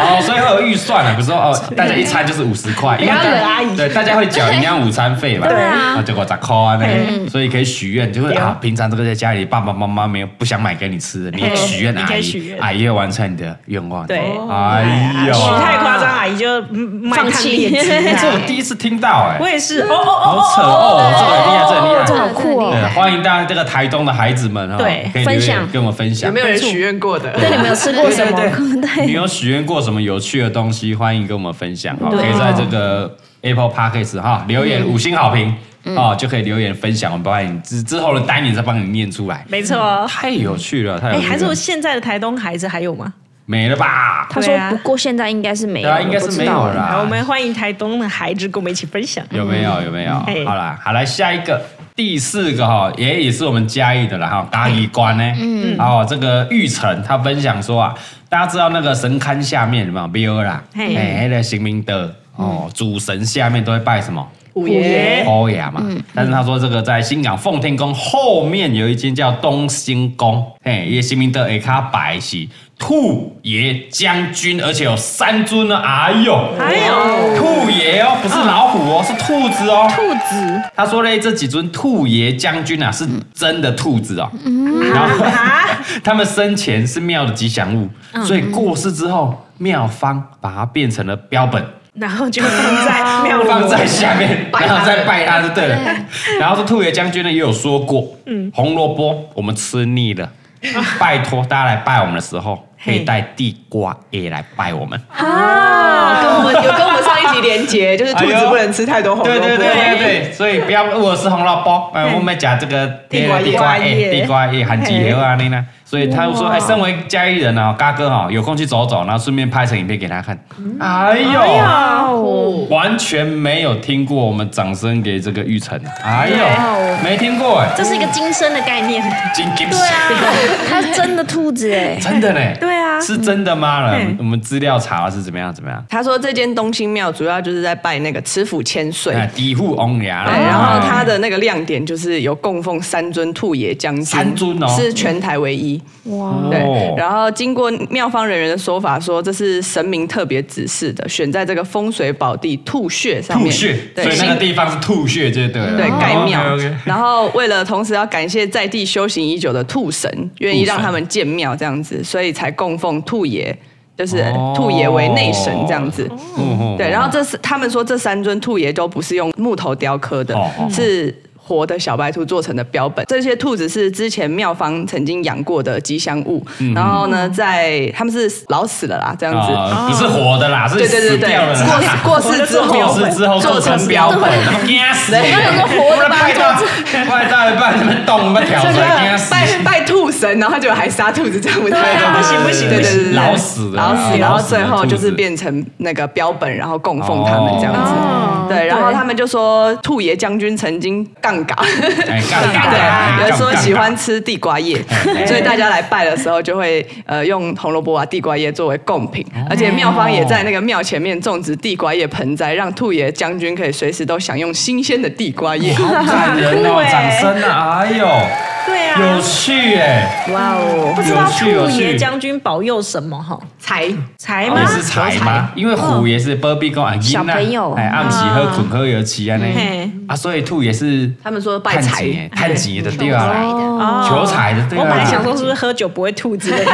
Speaker 1: 哦，所以会有预算了，比如说哦，大家一餐就是五十块，因为大
Speaker 3: 不要惹阿姨
Speaker 1: 对，大家会缴营养午餐费嘛，
Speaker 3: 对
Speaker 1: 啊，结果咋扣啊呢？所以可以许愿，就是啊，平常这个在家里爸爸妈妈没有不想买给你吃的，你
Speaker 3: 对
Speaker 1: 许愿
Speaker 3: 你
Speaker 1: 阿
Speaker 3: 可以许
Speaker 1: 姨，
Speaker 3: 愿
Speaker 1: 阿姨会完成你的愿望。
Speaker 3: 对
Speaker 1: 哎呦，
Speaker 3: 许太夸张，阿姨就嗯卖
Speaker 11: 放
Speaker 3: 烫
Speaker 11: 弃
Speaker 3: 面
Speaker 1: 哎这我
Speaker 3: 筋。
Speaker 1: 第一次听到哎
Speaker 3: (laughs) 我。也是，哦哦
Speaker 1: 好扯哦，这个很厉害，这个很厉害，
Speaker 11: 这好酷哦
Speaker 1: 对，欢迎大家这个台东的孩子们哈，
Speaker 3: 对
Speaker 1: 可以留言
Speaker 6: 分享
Speaker 1: 跟我们分享，
Speaker 4: 有没有人许愿过的？
Speaker 11: 对，你
Speaker 4: (laughs)
Speaker 11: 们有吃
Speaker 3: 哦
Speaker 1: (laughs)
Speaker 11: 过什么？
Speaker 3: (laughs)
Speaker 1: 你有许愿过什么有趣的东西？欢迎跟我们分享哈，可
Speaker 3: 对
Speaker 1: 以在这个 Apple Podcast 哈留言五星好评
Speaker 3: 嗯
Speaker 1: 哦，就可以留言分享，我们帮你之之后的单元再帮你念出来。(laughs)
Speaker 3: 没错。哦
Speaker 1: 太有趣了，太有
Speaker 3: 哎，
Speaker 1: 趣了，
Speaker 3: 还是我现在的台东孩子还有吗？
Speaker 1: 没了吧？
Speaker 11: 他说，不过现在应该是没有，
Speaker 3: 哎
Speaker 1: 对啊，应该是没有
Speaker 11: 我不知道。
Speaker 3: 好，
Speaker 1: 啦
Speaker 3: 我。们欢迎台东的孩子跟我们一起分享。
Speaker 1: 有没有？有没有？
Speaker 3: 嘿
Speaker 1: 好啦，好来下一个。第四个哈，也也是我们嘉义的啦哈，嘉义关呢，嗯，哦，这个玉成他分享说啊，大家知道那个神龛下面有没有庙啦？
Speaker 3: 嘿
Speaker 1: 哎，那个神明的哦，主神下面都会拜什么？
Speaker 4: 五爷
Speaker 1: 欧雅哦嘛，但是他说这个在新港奉天宫后面有一间叫东兴宫，嘿，也新明的也卡白是兔爷将军，而且有三尊呢，哎呦，
Speaker 3: 哎呦
Speaker 1: 兔爷哦，不是老虎哦，是兔子哦，兔子。他说嘞，这几尊兔爷将军啊，是真的兔子哦，然后 (laughs) 他们生前是庙的吉祥物，所以过世之后，庙方把它变成了标本。
Speaker 3: 然后就
Speaker 1: (laughs)
Speaker 3: 放在庙里
Speaker 1: 放在下面，然后再拜他就对了。然后这兔爷将军呢也有说过，嗯，红萝卜我们吃腻 (laughs) 了，拜托大家来拜我们的时候，可以带地瓜叶来拜我们。
Speaker 4: 啊，跟我们有跟我们上一集连结，就是兔
Speaker 1: 哎
Speaker 4: 子
Speaker 1: 呦
Speaker 4: 不能吃太多红
Speaker 1: (laughs)
Speaker 4: 萝
Speaker 1: 对
Speaker 4: 卜。
Speaker 1: 对对对对，所以不要呃我是红萝卜，哎，我们夹这个
Speaker 4: 地瓜叶
Speaker 1: 地瓜叶、地瓜叶含几盒啊那呢。所以他就说，哎，身为嘉义人啊，嘎哥哈，有空去走走，然后顺便拍成影片给他看。哎呦，
Speaker 4: 哦，
Speaker 1: 完全没有听过，我们掌声给这个玉成啊。哎呦，没听过哎，
Speaker 3: 这是一个今生的概念。
Speaker 1: 金金
Speaker 11: 对啊，他是真的兔子
Speaker 4: 欸
Speaker 11: 哎，
Speaker 1: 真的嘞，
Speaker 3: 对啊
Speaker 1: 是真的吗？了
Speaker 3: 嗯，
Speaker 1: 我们资料查了是怎么样怎么样？
Speaker 4: 他说这间东兴庙主要就是在拜那个吃府千岁。
Speaker 1: 哎，底户翁牙了，
Speaker 4: 对，然后哦他的那个亮点就是有供奉三尊兔爷将军，
Speaker 1: 三尊哦
Speaker 4: 是全台唯一。
Speaker 1: 哦
Speaker 4: 对，然后经过妙方人员的说法说，这是神明特别指示的，选在这个风水宝地吐血上面，
Speaker 1: 吐血，所
Speaker 4: 对，
Speaker 1: 以那个地方是吐血，就对了，哦
Speaker 4: 对，盖庙
Speaker 1: OK，OK。
Speaker 4: 然后为了同时要感谢在地修行已久的兔神，愿意让他们建庙这样子，所以才供奉兔爷，就是
Speaker 1: 哦
Speaker 4: 兔爷为内神这样子。
Speaker 1: 嗯
Speaker 4: 对，然后这是他们说这三尊兔爷都不是用木头雕刻的
Speaker 1: 哦哦，哦
Speaker 4: 是。活的小白兔做成的标本，这些兔子是之前妙方曾经养过的吉祥物。
Speaker 1: 嗯
Speaker 4: 然后呢，在他们是老死了啦，这样子。哦
Speaker 1: 啊不是活的啦，是
Speaker 4: 对对
Speaker 1: 死
Speaker 4: 对对
Speaker 1: 掉了，啦。
Speaker 4: 过过世之后，
Speaker 1: 过世之后做成标本，惊死人！我的拜到拜到一半，你们动，你们挑
Speaker 4: 就
Speaker 1: 水，
Speaker 4: 觉
Speaker 1: 惊
Speaker 4: 得
Speaker 1: 死！啊
Speaker 4: 拜拜兔神，然后他就还杀兔子，这样不太好，
Speaker 1: 不行不行
Speaker 4: 对
Speaker 1: 不
Speaker 4: 对
Speaker 1: 行
Speaker 4: 对对，
Speaker 1: 老死了
Speaker 4: 老
Speaker 1: 啊
Speaker 4: 死，然
Speaker 1: 老
Speaker 4: 后
Speaker 1: 死的
Speaker 4: 最后
Speaker 1: 兔
Speaker 4: 就是
Speaker 1: 子
Speaker 4: 变成那个标本，然后供奉他们这样子。
Speaker 1: 哦
Speaker 4: 对，然后他们就说兔爷将军曾经杠嘎，
Speaker 1: 哎，干干
Speaker 4: 对，有
Speaker 1: 的，
Speaker 4: 人说
Speaker 1: 干
Speaker 4: 喜欢吃地瓜叶，
Speaker 1: 哎
Speaker 4: 所以大家来拜的时候就会呃用红萝卜啊地瓜叶作为贡品，
Speaker 1: 哦
Speaker 4: 而且庙方也在那个庙前面种植地瓜叶盆栽，让兔爷将
Speaker 3: (laughs)
Speaker 4: 军可以随时都享用新鲜的地瓜叶。
Speaker 1: 感人哦，
Speaker 3: 欸对
Speaker 1: 掌声啊！哎呦，
Speaker 3: 对
Speaker 1: 有
Speaker 3: 啊，
Speaker 1: 趣哎，
Speaker 4: 哇哦，
Speaker 3: 不知道
Speaker 1: 有趣有
Speaker 3: 兔爷
Speaker 1: 趣
Speaker 3: 将军保佑什么哈？
Speaker 12: 才
Speaker 3: 财吗
Speaker 1: 也？是财
Speaker 3: 嗯
Speaker 1: 嘛，因为虎也是 b 比 b 啊，
Speaker 11: 小朋友
Speaker 1: 哎，暗时喝困喝油漆啊
Speaker 3: 嘿
Speaker 1: 呢，啊，所以兔也是
Speaker 4: (laughs) 他们说拜财
Speaker 1: 探探钱的对
Speaker 6: 来
Speaker 1: 啊，
Speaker 6: 的，
Speaker 3: 哦
Speaker 1: 求财的对啊
Speaker 3: 我本来想说是不是喝酒不会吐之 (laughs) 类的，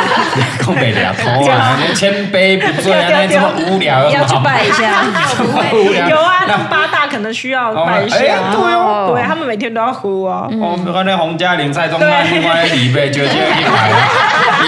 Speaker 1: 空北聊头
Speaker 3: (laughs)
Speaker 1: 啊，那千杯不醉啊，那这么无聊，有什
Speaker 3: 要
Speaker 1: 么
Speaker 3: 去
Speaker 1: 好
Speaker 3: 拜
Speaker 1: (laughs)
Speaker 3: 一下。
Speaker 1: 这么无聊？
Speaker 3: 有啊，那八大可能需要拜一下。
Speaker 1: 哎对哦
Speaker 3: 对他们每天都要呼哦。
Speaker 1: 哦，那那洪嘉玲、蔡宗翰，另外李贝就就一排了，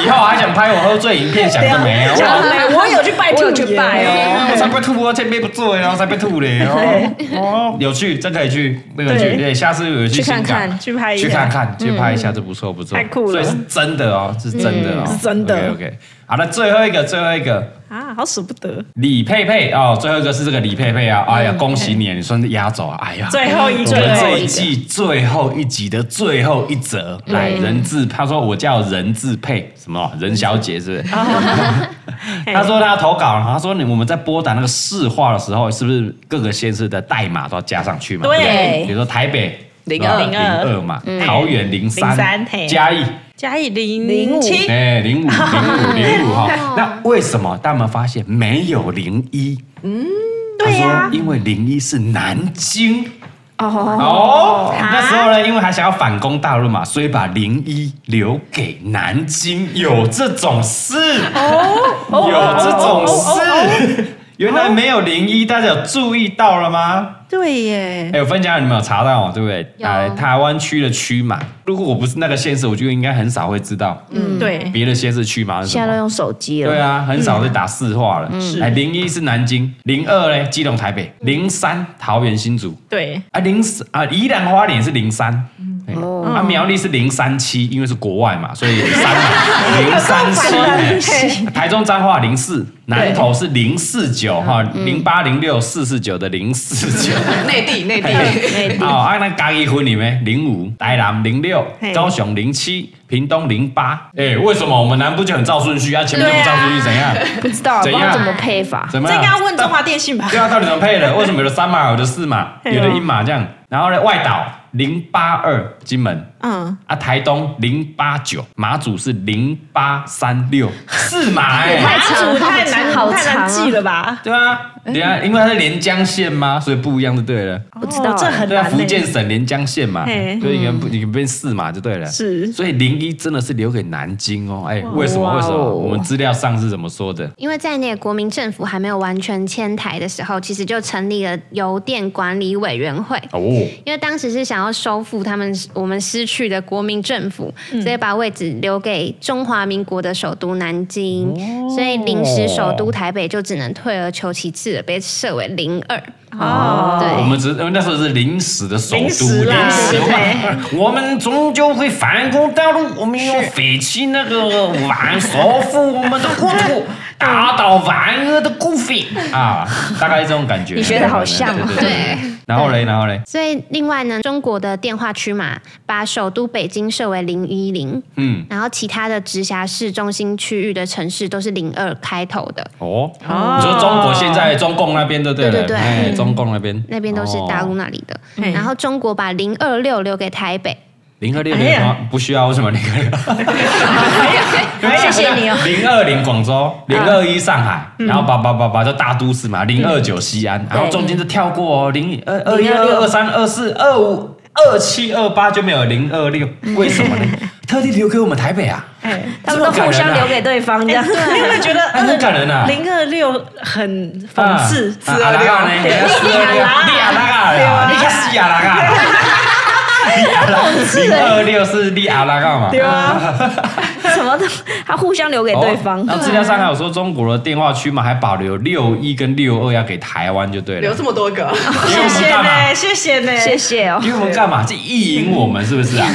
Speaker 1: 以后还想拍我喝醉影片，想啊都没有。
Speaker 3: 讲得美嗯我有去拜兔爷，
Speaker 1: 哦，才不会吐哦，千杯不醉哦，才不会吐嘞哦。哦，有趣，真可以去那个去，
Speaker 3: 对
Speaker 1: 对，下次有去
Speaker 3: 去看
Speaker 1: 香港
Speaker 3: 看去拍一下嗯
Speaker 1: 去看看，去拍一下，这不错不错，
Speaker 3: 太酷了
Speaker 1: 所以是真的哦，是真的哦，
Speaker 3: 嗯是真的
Speaker 1: OK，好了，那最后一个，最后一个，
Speaker 3: 啊，好舍不得。
Speaker 1: 李佩佩哦，最后一个是这个李佩佩啊，哎呀，恭喜你，你算是压轴啊，哎呀，
Speaker 3: 嗯最后一
Speaker 1: 我们这
Speaker 3: 个，
Speaker 1: 一季最后一集的最后一则，来人字，他说我叫人字配什么人小姐是不是？哦 (laughs) 他说他要投稿，他说你我们在拨打那个市话的时候，是不是各个县市的代码都要加上去嘛？
Speaker 3: 对
Speaker 1: 不比如说台北
Speaker 4: 02
Speaker 1: 零二嘛，桃园零
Speaker 3: 03嘿
Speaker 1: 嘉义
Speaker 3: 嘉义零零七，
Speaker 1: 哎，零五零五零五 (laughs) 哈，那为什么大家有没有发现没有零一？嗯，对呀，因为零一是南京哦。那时候呢，因为还想要反攻大陆嘛，所以把零一留给南京，有这种事哦， (laughs) 有这种事。原来没有零一，大家有注意到了吗？
Speaker 3: 对耶，
Speaker 1: 哎，我分享你们有查到哦，对不对？
Speaker 6: 有
Speaker 1: 呃，台湾区的区嘛，如果我不是那个县市，我就应该很少会知道。
Speaker 3: 嗯，对，
Speaker 1: 别的县市去嘛，是什
Speaker 11: 现在都
Speaker 1: 么
Speaker 11: 用手机了。
Speaker 1: 对啊，很少在打市话了。哎，零一是南京，零二嘞基隆、台北，零三桃园、新竹，
Speaker 3: 对，
Speaker 1: 啊零四啊宜兰花莲是零三，
Speaker 3: 嗯
Speaker 1: 哎
Speaker 3: 哦
Speaker 1: 啊苗栗是零三七，因为是国外嘛，所以三
Speaker 3: (laughs)
Speaker 1: 嘛零三七。哎台中彰化零四，南投是零四
Speaker 3: 嗯
Speaker 1: 九哈，零八零六四四九的零四
Speaker 3: (laughs)
Speaker 1: 九。
Speaker 4: 内地内
Speaker 1: (laughs)
Speaker 4: 地，
Speaker 1: 哦，啊，那嘉义分里面零五、台南零六、
Speaker 3: 嘿
Speaker 1: 高雄零七、屏东零八。哎，为什么我们南部就很照顺序啊？前面就不照顺序，怎样？
Speaker 11: 不知道不
Speaker 1: 怎
Speaker 11: 知
Speaker 1: 样
Speaker 11: 道怎么配法。
Speaker 1: 怎么
Speaker 3: 这应
Speaker 1: 样
Speaker 3: 该？要问中华电信吧？
Speaker 1: 对啊，到底怎么配的？为什么有的三码，有的四码，
Speaker 3: 哎呦
Speaker 1: 有的一码这样？然后呢，外岛零八二金门
Speaker 3: 嗯，
Speaker 1: 啊，台东零八九，马祖是零八三六，四
Speaker 3: (laughs)
Speaker 1: 码哎、
Speaker 3: 马
Speaker 11: 太长
Speaker 3: 祖太难
Speaker 11: 好长
Speaker 3: 太难记了吧？
Speaker 1: 对啊，你
Speaker 3: 哎
Speaker 1: 看，因为它是连江县嘛，所以不一样就对了。
Speaker 3: 不
Speaker 11: 知道
Speaker 3: 这哦很
Speaker 1: 对啊，
Speaker 3: 难
Speaker 1: 福
Speaker 3: 呢。
Speaker 1: 建省连江县嘛，
Speaker 3: 嘿嗯
Speaker 1: 所以你们不你们变四嘛就对了。
Speaker 3: 是
Speaker 1: 所以零一真的是留给南京哦。哎，为什么？为什么？我们资料上是怎么说的？
Speaker 6: 因为在那个国民政府还没有完全迁台的时候，其实就成立了邮电管理委员会。
Speaker 1: 哦，
Speaker 6: 因为当时是想要收复他们我们失去的国民政府，
Speaker 4: 嗯
Speaker 6: 所以把位置留给中华民国的首都南京，
Speaker 4: 哦
Speaker 6: 所以临时首都台北就只能退而求其次了，被设为零二。
Speaker 1: 我
Speaker 6: 哦，对。
Speaker 1: 们只呃那时候是临时的首都，临
Speaker 3: 临时啦
Speaker 1: 时嘛，我们终究会反攻大陆，我们要匪弃那个顽首富我们的国土，打倒顽恶的孤匪啊，大概这种感觉。你
Speaker 11: 学得好像哦
Speaker 1: 对对对。然后嘞，然后嘞，
Speaker 6: 所以另外呢，中国的电话区嘛，把首都北京设为零一零，
Speaker 1: 嗯，
Speaker 6: 然后其他的直辖市中心区域的城市都是零二开头的，
Speaker 1: 哦，你说中国现在中共那边对不对了？
Speaker 6: 对对对
Speaker 1: 哎，中共那边哦
Speaker 6: 那边都是大陆那里的。然后中国把零二六留给台北，
Speaker 1: 零二六
Speaker 3: 哎呀
Speaker 1: 零不需要，为什么零二六？谢谢你哦。 (laughs) 啊嗯零二零广州，零二一上海，然后八八八八就大都市嘛，零二九西安，然后中间就跳过哦，零二二一二二三二四二五二七二八就没有零二六，为什么 (laughs) 呢？特地留给我们台北啊，
Speaker 11: 他们都互相留给对方这
Speaker 3: (laughs)
Speaker 11: 样。
Speaker 3: 你有没有觉得
Speaker 1: 啊哎很感人啊啊
Speaker 3: 零二六很讽刺，
Speaker 1: 四二六呢？
Speaker 3: (laughs)
Speaker 1: 哎四二六，利亚拉嘎啊呀，你看西亚 (laughs) 拉嘎。 (laughs) 零二六是利阿拉嘎嘛？
Speaker 11: 对啊，什么都他互相留给对
Speaker 1: 哦
Speaker 11: 方。
Speaker 1: 那资料上还有说中国的电话区嘛，还保留六一跟六二要给台湾就对
Speaker 4: 留
Speaker 1: 了。
Speaker 4: 这么多个，
Speaker 1: 因为我
Speaker 3: 谢
Speaker 1: 们
Speaker 3: 谢
Speaker 1: 干嘛
Speaker 3: 呢，？谢谢呢，
Speaker 11: 谢谢
Speaker 1: (laughs)
Speaker 11: 哦。
Speaker 1: 因为我们干嘛？这意淫我们是不是啊？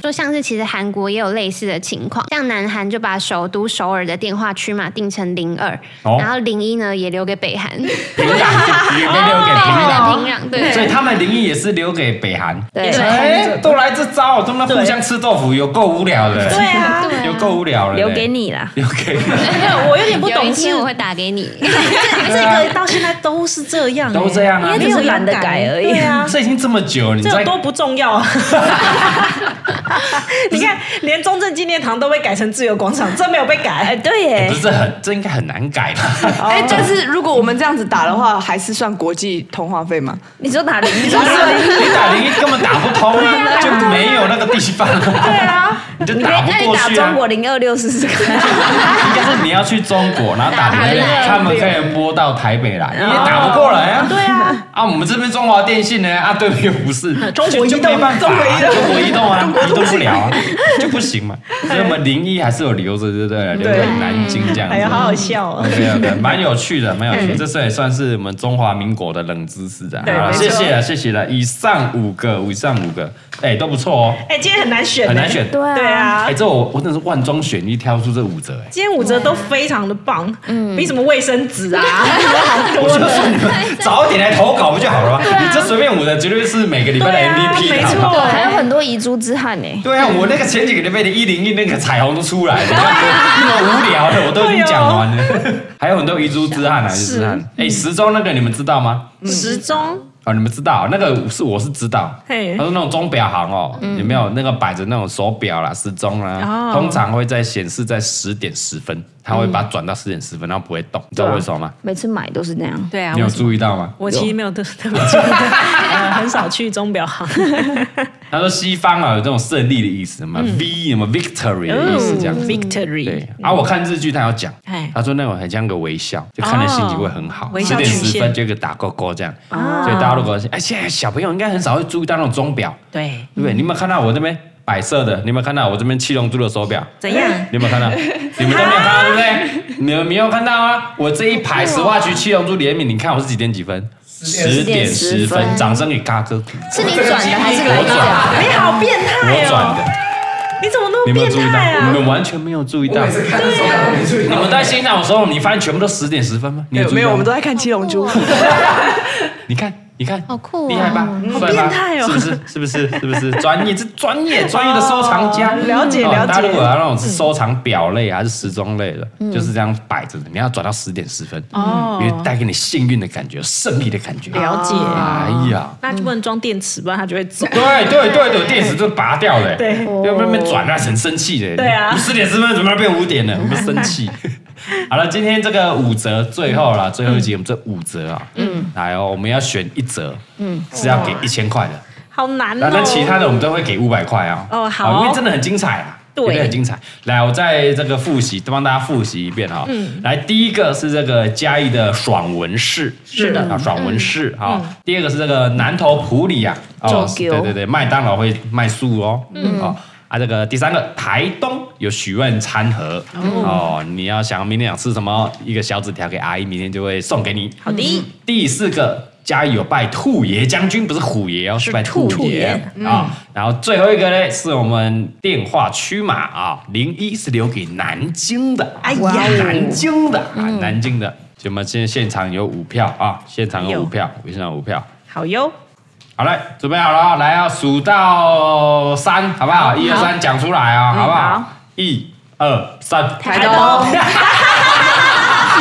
Speaker 6: 说像是其实韩国也有类似的情况，像南韩就把首都首尔的电话区嘛定成零二、
Speaker 1: 哦
Speaker 6: 然后零一呢也留给北韩，
Speaker 1: 平壤也被留给
Speaker 6: 哦北
Speaker 1: 平
Speaker 6: 韩
Speaker 1: 壤。
Speaker 6: 的平壤对。
Speaker 1: 所以他们的灵异也是留给北韩。
Speaker 11: 哦对
Speaker 1: 哎，都来这招，都能互相吃豆腐，有够无聊的。
Speaker 3: 对
Speaker 11: (laughs)
Speaker 3: 啊，
Speaker 6: 对啊
Speaker 1: 有够无聊了。
Speaker 11: 留给，你啦。
Speaker 1: 留给你。
Speaker 3: 我有点不
Speaker 6: 有一
Speaker 3: 懂事
Speaker 6: 天，我会打给你。
Speaker 3: 这个到现在都是这样，
Speaker 1: 都这样啊
Speaker 3: 哎
Speaker 11: 因为只是懒得改而已
Speaker 3: 对
Speaker 1: (laughs)
Speaker 3: 啊，
Speaker 1: 这已经这么久了，你
Speaker 3: 这有
Speaker 1: 在
Speaker 3: 多不重
Speaker 1: (laughs)
Speaker 3: 要啊！你看，连中正纪念堂都被改成自由广场，这没有被
Speaker 11: 哎，
Speaker 3: 改。
Speaker 11: 对耶
Speaker 1: 不，是很，这应该很难改吧？
Speaker 4: 哎、但是如果我们这样子打的话，还是算国际通话费吗？
Speaker 11: 你说打零，你
Speaker 1: 不 (laughs) 是，你打零一根本打不通，啊就没有那个地方。对
Speaker 11: 啊，
Speaker 1: 你就
Speaker 11: 你可
Speaker 1: 打
Speaker 11: 以
Speaker 1: 不
Speaker 11: 那你
Speaker 1: 过
Speaker 11: 打
Speaker 1: 去啊
Speaker 11: 中。国零二六试试看。
Speaker 1: 应该是你要去中国，然后打
Speaker 6: 打
Speaker 1: 零
Speaker 6: 台
Speaker 1: 二，
Speaker 6: 北
Speaker 1: 他们可以拨到台北来，因为打不过来啊。对啊，啊，我们这边中华电信呢，啊，对面不是，中国移动，没办法啊，中国移动啊，移动不了啊，就不行嘛。所以我们零一还是有留着，对不对？留给南京这样子。
Speaker 3: 哎呀，好好笑哦！
Speaker 1: OK
Speaker 3: (laughs)
Speaker 1: OK，蛮有趣的，蛮有
Speaker 3: 嗯
Speaker 1: 趣的，这次也算是我们中华民国的冷知识啊。好了，谢谢了，谢谢了。以上五个，以上五个，哎，都不错哦，
Speaker 3: 哎，今天很难选，
Speaker 1: 很难选。
Speaker 11: (laughs) 对
Speaker 3: 对
Speaker 11: 啊，
Speaker 3: 啊
Speaker 1: 哎，，这我我真的是万中选一挑出这五折，哎。
Speaker 3: 今天五折都非常的棒，嗯，比什么卫生纸啊，
Speaker 11: 嗯
Speaker 3: 好
Speaker 1: 我
Speaker 3: (laughs) 多
Speaker 1: 就
Speaker 3: 的。
Speaker 1: 说你
Speaker 3: (laughs)
Speaker 1: 们早点来投稿不就好了吗？你这随便我的绝对是每个礼拜的
Speaker 3: 啊对啊
Speaker 1: MVP
Speaker 3: 没
Speaker 1: 的好
Speaker 3: 错
Speaker 1: 不好
Speaker 11: 还有很多遗珠之憾欸呢。
Speaker 1: 对啊，我那个前几个礼拜的一零一那个彩虹都出
Speaker 3: (laughs)
Speaker 1: 来了，你看那么无聊的我都已经讲完
Speaker 3: 哎
Speaker 1: 了，还有很多遗珠之憾啊，遗珠之憾。哎，时钟那个你们知道吗？
Speaker 3: 时钟，
Speaker 1: 哦，你们知道那个是我是知道，
Speaker 3: 嘿嗯
Speaker 1: 他说那种钟表行哦，有没有那个摆着那种手表啦、时钟啦，
Speaker 3: 哦嗯
Speaker 1: 通常会在显示在十点十分，他会把它转到十点十分，然后不会动，你知道为什么吗？
Speaker 11: 每次买都是那样。
Speaker 3: 对啊
Speaker 1: 你有注意到吗？
Speaker 3: 我其实没有特特别记得，呃很少去钟
Speaker 1: (laughs)
Speaker 3: 表行。
Speaker 1: 他说西方啊有这种胜利的意思嘛、v 什么 victory 的意思这样子。对
Speaker 3: 嗯哦 Victory，，
Speaker 1: 啊，我看日剧他有讲
Speaker 3: 哎，
Speaker 1: 他说那种很像个微笑，就看了心情会很好
Speaker 3: 哦。微
Speaker 1: 十
Speaker 3: 笑
Speaker 1: 点
Speaker 3: 曲
Speaker 1: 十分
Speaker 3: 线哦
Speaker 1: 就有一个打勾勾这样，所以大家如果哎现在小朋友应该很少会注意到那种钟表，
Speaker 3: 对，
Speaker 1: 对不对？你有没有看到我这边白色的？你有没有看到我这边七龙珠的手表？
Speaker 3: 怎样？
Speaker 1: 你有没有看到？你们都没有看到，对不对？你们没有看到啊！我这一排十画区七龙珠联名，你看我是几点几分？十点十分，掌声给嘎哥鼓。
Speaker 6: (laughs) 是你转的还是
Speaker 1: (laughs) 我
Speaker 6: 来
Speaker 1: 转
Speaker 6: 的？
Speaker 1: 的，
Speaker 3: 你哎好变态
Speaker 1: 我转
Speaker 3: 哦！
Speaker 1: 的。
Speaker 3: 你怎么那
Speaker 1: 你
Speaker 3: 么
Speaker 1: 有没有
Speaker 3: 变
Speaker 1: 注意到？
Speaker 3: 态
Speaker 1: 你
Speaker 3: 啊？
Speaker 1: 们完全没有注意到。
Speaker 13: 看的时候还没注意
Speaker 1: 你们在欣赏的时候，你发现全部都十点十分吗？你
Speaker 4: 没有，
Speaker 1: 注意
Speaker 4: 没
Speaker 1: 到
Speaker 4: 有，
Speaker 1: 吗
Speaker 4: 我们都在看《七龙珠》
Speaker 1: 你看，你看，
Speaker 6: 好酷哦
Speaker 1: 厉害吧？帅吧
Speaker 3: 变态哦
Speaker 1: 是不是？是不是？是不 (laughs) 是？专业，这专业，专业的收藏家，
Speaker 4: 了解
Speaker 1: 哦
Speaker 4: 了解
Speaker 1: 大家如果要那种收藏表类啊还是时钟类的，
Speaker 6: 嗯
Speaker 1: 就是这样摆着的，你要转到十点十分，
Speaker 3: 哦
Speaker 1: 因为带给你幸运的感觉、胜利的感觉。
Speaker 3: 了解，
Speaker 1: 哎呀。
Speaker 3: 那就不能装电池，不然它就会走。
Speaker 1: 对对对对，电池就拔掉了、欸，
Speaker 3: 对
Speaker 1: 要不然被转了，很生气的。
Speaker 3: 对啊
Speaker 1: 十点十分怎么变五点了？我们生气。好了，今天这个五折最后啦，最后一集我们这五折啊，嗯，来哦，我们要选一折，嗯，是要给一千块的，
Speaker 3: 好难
Speaker 1: 那
Speaker 3: 哦。
Speaker 1: 那其他的我们都会给五百块啊。
Speaker 3: 哦好
Speaker 1: 因为真的很精彩啊。
Speaker 3: 对
Speaker 1: 真的很精彩。来，我在这个复习，帮大家复习一遍哈。嗯。来，第一个是这个嘉义的爽文市，是的啊，爽文市
Speaker 3: 嗯
Speaker 1: 哈。第二个是这个南投普里啊，哦，
Speaker 11: 中
Speaker 1: 对
Speaker 11: 秋
Speaker 1: 对对，麦当劳会卖素哦，嗯哦。啊，这个第三个台东有许愿餐盒哦你要想明天想吃什么，一个小纸条给阿姨，明天就会送给你。嗯
Speaker 3: 好的，
Speaker 1: 第四个家有拜兔爷将军，不是虎爷哦，是拜兔爷啊、然后最后一个呢，是我们电话区码啊，零一是留给南京的，哎呀，南京的啊，南京的。就我们现在现场有五票啊，现场有五票，现场有五票。
Speaker 3: 好哟，
Speaker 1: 好嘞，准备好了啊，来啊，数到三，好不好？一二三，讲出来啊，好不好？一二三，
Speaker 11: 台东
Speaker 1: (laughs)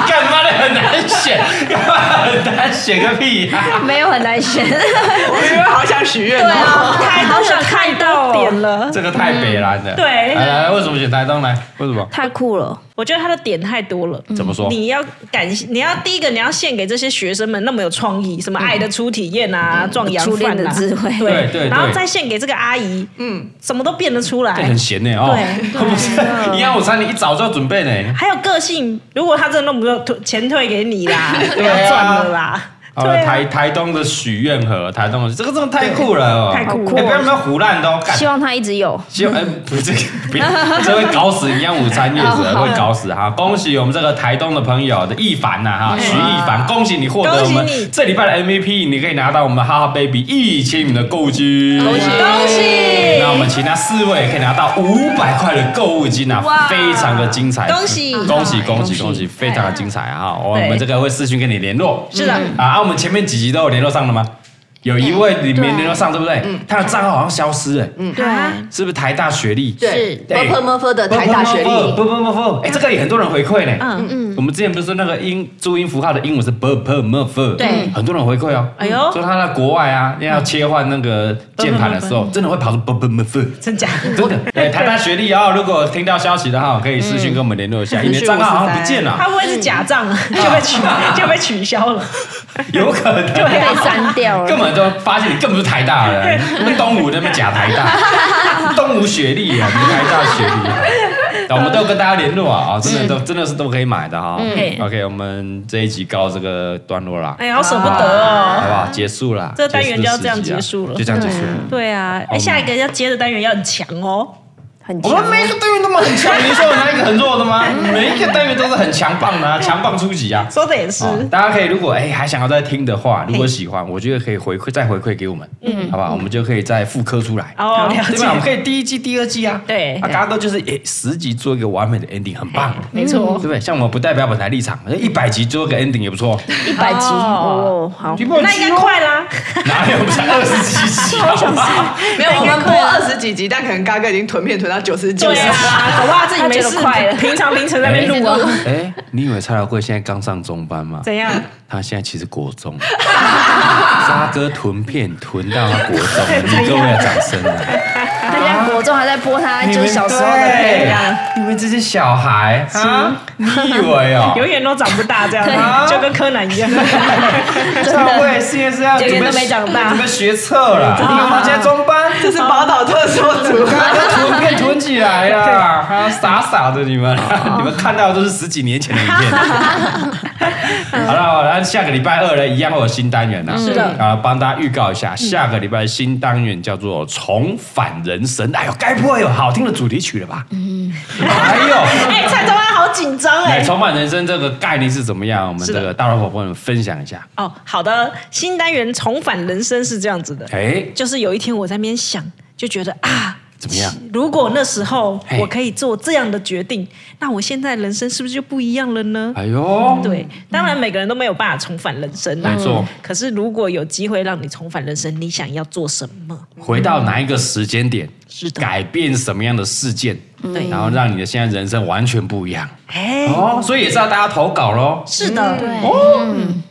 Speaker 1: 干嘛的很难选，干嘛很难选个屁呀、
Speaker 11: 没有很难选，
Speaker 4: (laughs) 因为好想许愿哦。
Speaker 3: 太好想看到哦点 (laughs) 了，
Speaker 1: 这个太北蓝了。
Speaker 3: 对
Speaker 1: 来来，来为什么选台东来？为什么？
Speaker 11: 太酷了。
Speaker 3: 我觉得他的点太多了。
Speaker 1: 怎么说？
Speaker 3: 你要感谢，你要第一个，你要献给这些学生们那么有创意，什么爱的初体验啊，壮阳
Speaker 11: 初恋
Speaker 3: 饭
Speaker 11: 的
Speaker 3: 啊
Speaker 11: 智慧
Speaker 1: 嗯对
Speaker 3: 对
Speaker 1: 对
Speaker 3: 然后
Speaker 1: 对
Speaker 3: 再献给这个阿姨，嗯，什么都变得出
Speaker 1: 这
Speaker 3: 来
Speaker 1: 很。闲呢哦。 (laughs)
Speaker 3: 对
Speaker 1: 不是，你看我猜你一早就要准备呢。
Speaker 3: 还有个性，如果他真的弄不到，退钱退给你啦，不
Speaker 1: (laughs) 对啊
Speaker 3: 要赚了啦。
Speaker 1: 好了，
Speaker 3: 对啊
Speaker 1: 台台东的许愿盒，台东的这个真的太酷了哦，
Speaker 3: 太酷
Speaker 1: 哎不要不要胡乱的
Speaker 3: (laughs)
Speaker 1: 哦，干
Speaker 11: 希望他一直有。
Speaker 1: 希望哎，不是，不要，这会搞死营养午餐月
Speaker 3: (laughs)
Speaker 1: 子，
Speaker 3: 哦
Speaker 1: 会搞死哈！恭喜我们这个台东的朋友的一凡呐哈，徐一凡，恭喜你获得我们
Speaker 3: 嗯恭喜你
Speaker 1: 这礼拜的 MVP，你可以拿到我们哈哈 baby 一千米的购物金，恭喜
Speaker 3: 恭喜
Speaker 1: 那我们其他四位也可以拿到五百块的购物金啊，非常的精彩，
Speaker 3: 恭喜
Speaker 1: 恭喜恭喜恭
Speaker 11: 恭
Speaker 1: 喜，
Speaker 11: 喜
Speaker 1: 非常的精彩啊！我
Speaker 3: 哎对
Speaker 1: 们这个会私讯跟你联络，
Speaker 3: 是的
Speaker 1: 啊，啊我们前面几集都有联络上了吗？有一位李明牛上对不
Speaker 3: 嗯
Speaker 1: 对？他的账号好像消失了，嗯，
Speaker 2: 对啊，
Speaker 1: 是不是台大学历？
Speaker 4: 对
Speaker 1: 对
Speaker 4: p u r p l e m u r f e r 的台大学历，
Speaker 1: 不不不不，哎，这个也很多人回馈呢。
Speaker 3: 嗯
Speaker 1: 嗯，我们之前不是说那个英注音符号的英文是 b p m f，
Speaker 3: 对
Speaker 1: 很多人回馈哦。
Speaker 3: 哎呦嗯
Speaker 1: 说他在国外啊，要切换那个键盘的时候，真的会跑出 b p m f，
Speaker 3: 真假？
Speaker 1: 真
Speaker 3: (laughs)
Speaker 1: 的。对，台大学历哦，如果听到消息的话，可以私信跟我们联络一
Speaker 3: 嗯
Speaker 1: 下，因为账号好像不见了
Speaker 3: (laughs) 他，会不会是假账啊？
Speaker 1: 嗯
Speaker 3: 就
Speaker 1: (laughs)
Speaker 3: 被取就被取消了？
Speaker 1: 有可能。
Speaker 11: 被删掉
Speaker 6: (laughs)
Speaker 1: 根
Speaker 11: 了。
Speaker 1: 本就发现你根本不是台大人，那东吴那边假台
Speaker 3: (laughs)
Speaker 1: 大，东吴学历啊，你台大学历、啊。我们都有跟大家联络啊，啊，真的都真的是都可以买的哈、
Speaker 3: 嗯
Speaker 1: OK，我们这一集告这个段落啦，
Speaker 3: 哎呀，好舍不得
Speaker 1: 好
Speaker 3: 哦。
Speaker 1: 不好？结束啦，
Speaker 3: 这单元就要这样
Speaker 1: 结束
Speaker 3: 结束
Speaker 1: 了，
Speaker 3: 了
Speaker 1: 就这样结束了。
Speaker 3: 对啊，
Speaker 1: 嗯
Speaker 3: 哎，下一个要接的单元要很强哦。
Speaker 11: 很
Speaker 1: 我
Speaker 11: 强
Speaker 1: 们每一个单元都蛮很强， (laughs) 你说有哪一个很弱的 (laughs) 吗？每一个单元都是很强棒 (laughs) 的、啊，强棒出击啊！
Speaker 3: 说的也是，
Speaker 1: 哦大家可以如果哎、还想要再听的话，如果喜欢，我觉得可以回馈再回馈给我们，嗯，好不好？我们就可以再复刻出来，
Speaker 3: 哦了解
Speaker 1: 对吧？我们可以第一季、第二季啊，
Speaker 3: 对
Speaker 1: 啊，嘎哥就是哎、十集做一个完美的 ending，很棒，
Speaker 3: 没错
Speaker 1: 对，不对？像我们不代表本台立场，哎一百集做一个 ending 也不错，
Speaker 11: 一百集
Speaker 3: 哦
Speaker 11: 哦，好，
Speaker 3: 那应该快 (laughs) 啦。
Speaker 1: (laughs) 哪有我们才二十几集啊？
Speaker 4: 没有我们播二十几集，但可能嘎哥已经囤片囤到九十几
Speaker 3: 对
Speaker 4: 了。
Speaker 3: (laughs) 啊，搞不好自己没事，平常凌晨在那边录啊。
Speaker 1: (laughs) 哎、你以为蔡老贵现在刚上中班吗？
Speaker 3: 怎样？
Speaker 1: 他现在其实国中， (laughs) 沙哥囤片囤到他
Speaker 11: (laughs)
Speaker 1: 国中，你各位要掌声啊！
Speaker 11: 他现在国中还在播他
Speaker 1: 你
Speaker 11: (laughs) 就
Speaker 1: 们
Speaker 11: 是小时候的片段。
Speaker 1: 对你们这些小孩啊，你以
Speaker 11: (laughs)
Speaker 1: 为哦？
Speaker 3: 永远都长不大，这样就跟柯南一样。
Speaker 1: 上位现在是要准
Speaker 3: 永远
Speaker 1: 备
Speaker 3: 都没长大
Speaker 1: 准备学测了，你们现在中班，
Speaker 4: 这是宝岛特搜组，
Speaker 1: 大家囤片囤起来啦，啊，傻傻的你们，
Speaker 3: 哦
Speaker 1: (laughs) 你们看到的都是十几年前的影
Speaker 3: (laughs)
Speaker 1: 片。好了，好了，那下个礼拜二呢，一样会有新单元啦。是
Speaker 3: 的
Speaker 1: 啊，帮大家预告一
Speaker 3: 嗯
Speaker 1: 下，下个礼拜新单元叫做《重返人生》。哎呦，该不会有好听的主题曲了吧？嗯， (laughs) 哎呦。
Speaker 3: (laughs) 哎，蔡宗安好紧张
Speaker 1: 来，
Speaker 3: 哎。
Speaker 1: 重返人生这个概念是怎么样？我们
Speaker 3: 是
Speaker 1: 这
Speaker 3: 的
Speaker 1: 个大老婆朋友们分享一下。
Speaker 3: 哦，好的，新单元重返人生是这样子的，
Speaker 1: 哎，
Speaker 3: 就是有一天我在那边想，就觉得啊。
Speaker 1: 怎么样？
Speaker 3: 如果那时候
Speaker 1: 嘿
Speaker 3: 我可以做这样的决定，那我现在人生是不是就不一样了呢？
Speaker 1: 哎呦，
Speaker 3: 对，当然每个人都没有办法重返人生啦，
Speaker 1: 没错
Speaker 3: 可是如果有机会让你重返人生，你想要做什么？
Speaker 1: 回到哪一个时间点？
Speaker 3: 是的嗯
Speaker 1: 改变什么样的事件？
Speaker 3: 对
Speaker 1: 然后让你的现在人生完全不一样。
Speaker 3: 哎，
Speaker 1: 哦，所以也是要大家投稿喽。
Speaker 3: 是的，
Speaker 1: 哦，